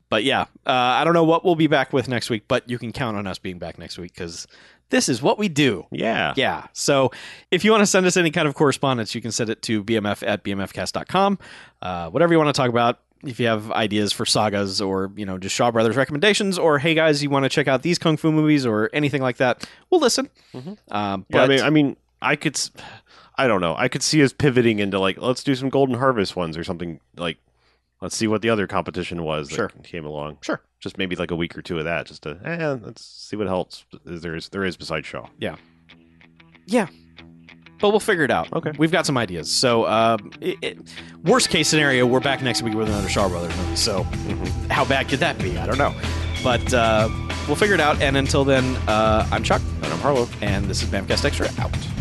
[SPEAKER 1] But yeah, uh, I don't know what we'll be back with next week, but you can count on us being back next week because this is what we do.
[SPEAKER 2] Yeah.
[SPEAKER 1] Yeah. So if you want to send us any kind of correspondence, you can send it to bmf at bmfcast.com. Uh, whatever you want to talk about, if you have ideas for sagas or, you know, just Shaw Brothers recommendations or, hey guys, you want to check out these Kung Fu movies or anything like that, we'll listen.
[SPEAKER 2] Mhm.
[SPEAKER 1] Um,
[SPEAKER 2] Yeah, I
[SPEAKER 1] but-
[SPEAKER 2] mean, I mean, I could, s- I don't know, I could see us pivoting into like, let's do some Golden Harvest ones or something like, let's see what the other competition was that
[SPEAKER 1] Sure.
[SPEAKER 2] came along.
[SPEAKER 1] Sure.
[SPEAKER 2] just maybe like a week or two of that, just to eh, let's see what else there is there is besides Shaw.
[SPEAKER 1] Yeah. But we'll figure it out.
[SPEAKER 2] Okay.
[SPEAKER 1] We've got some ideas. So, uh, it, it, worst case scenario, we're back next week with another Shaw Brothers movie. So, how bad could that be? I don't know. But uh, we'll figure it out. And until then, uh, I'm Chuck,
[SPEAKER 2] And I'm Harlow.
[SPEAKER 1] and this is Bamcast Extra out.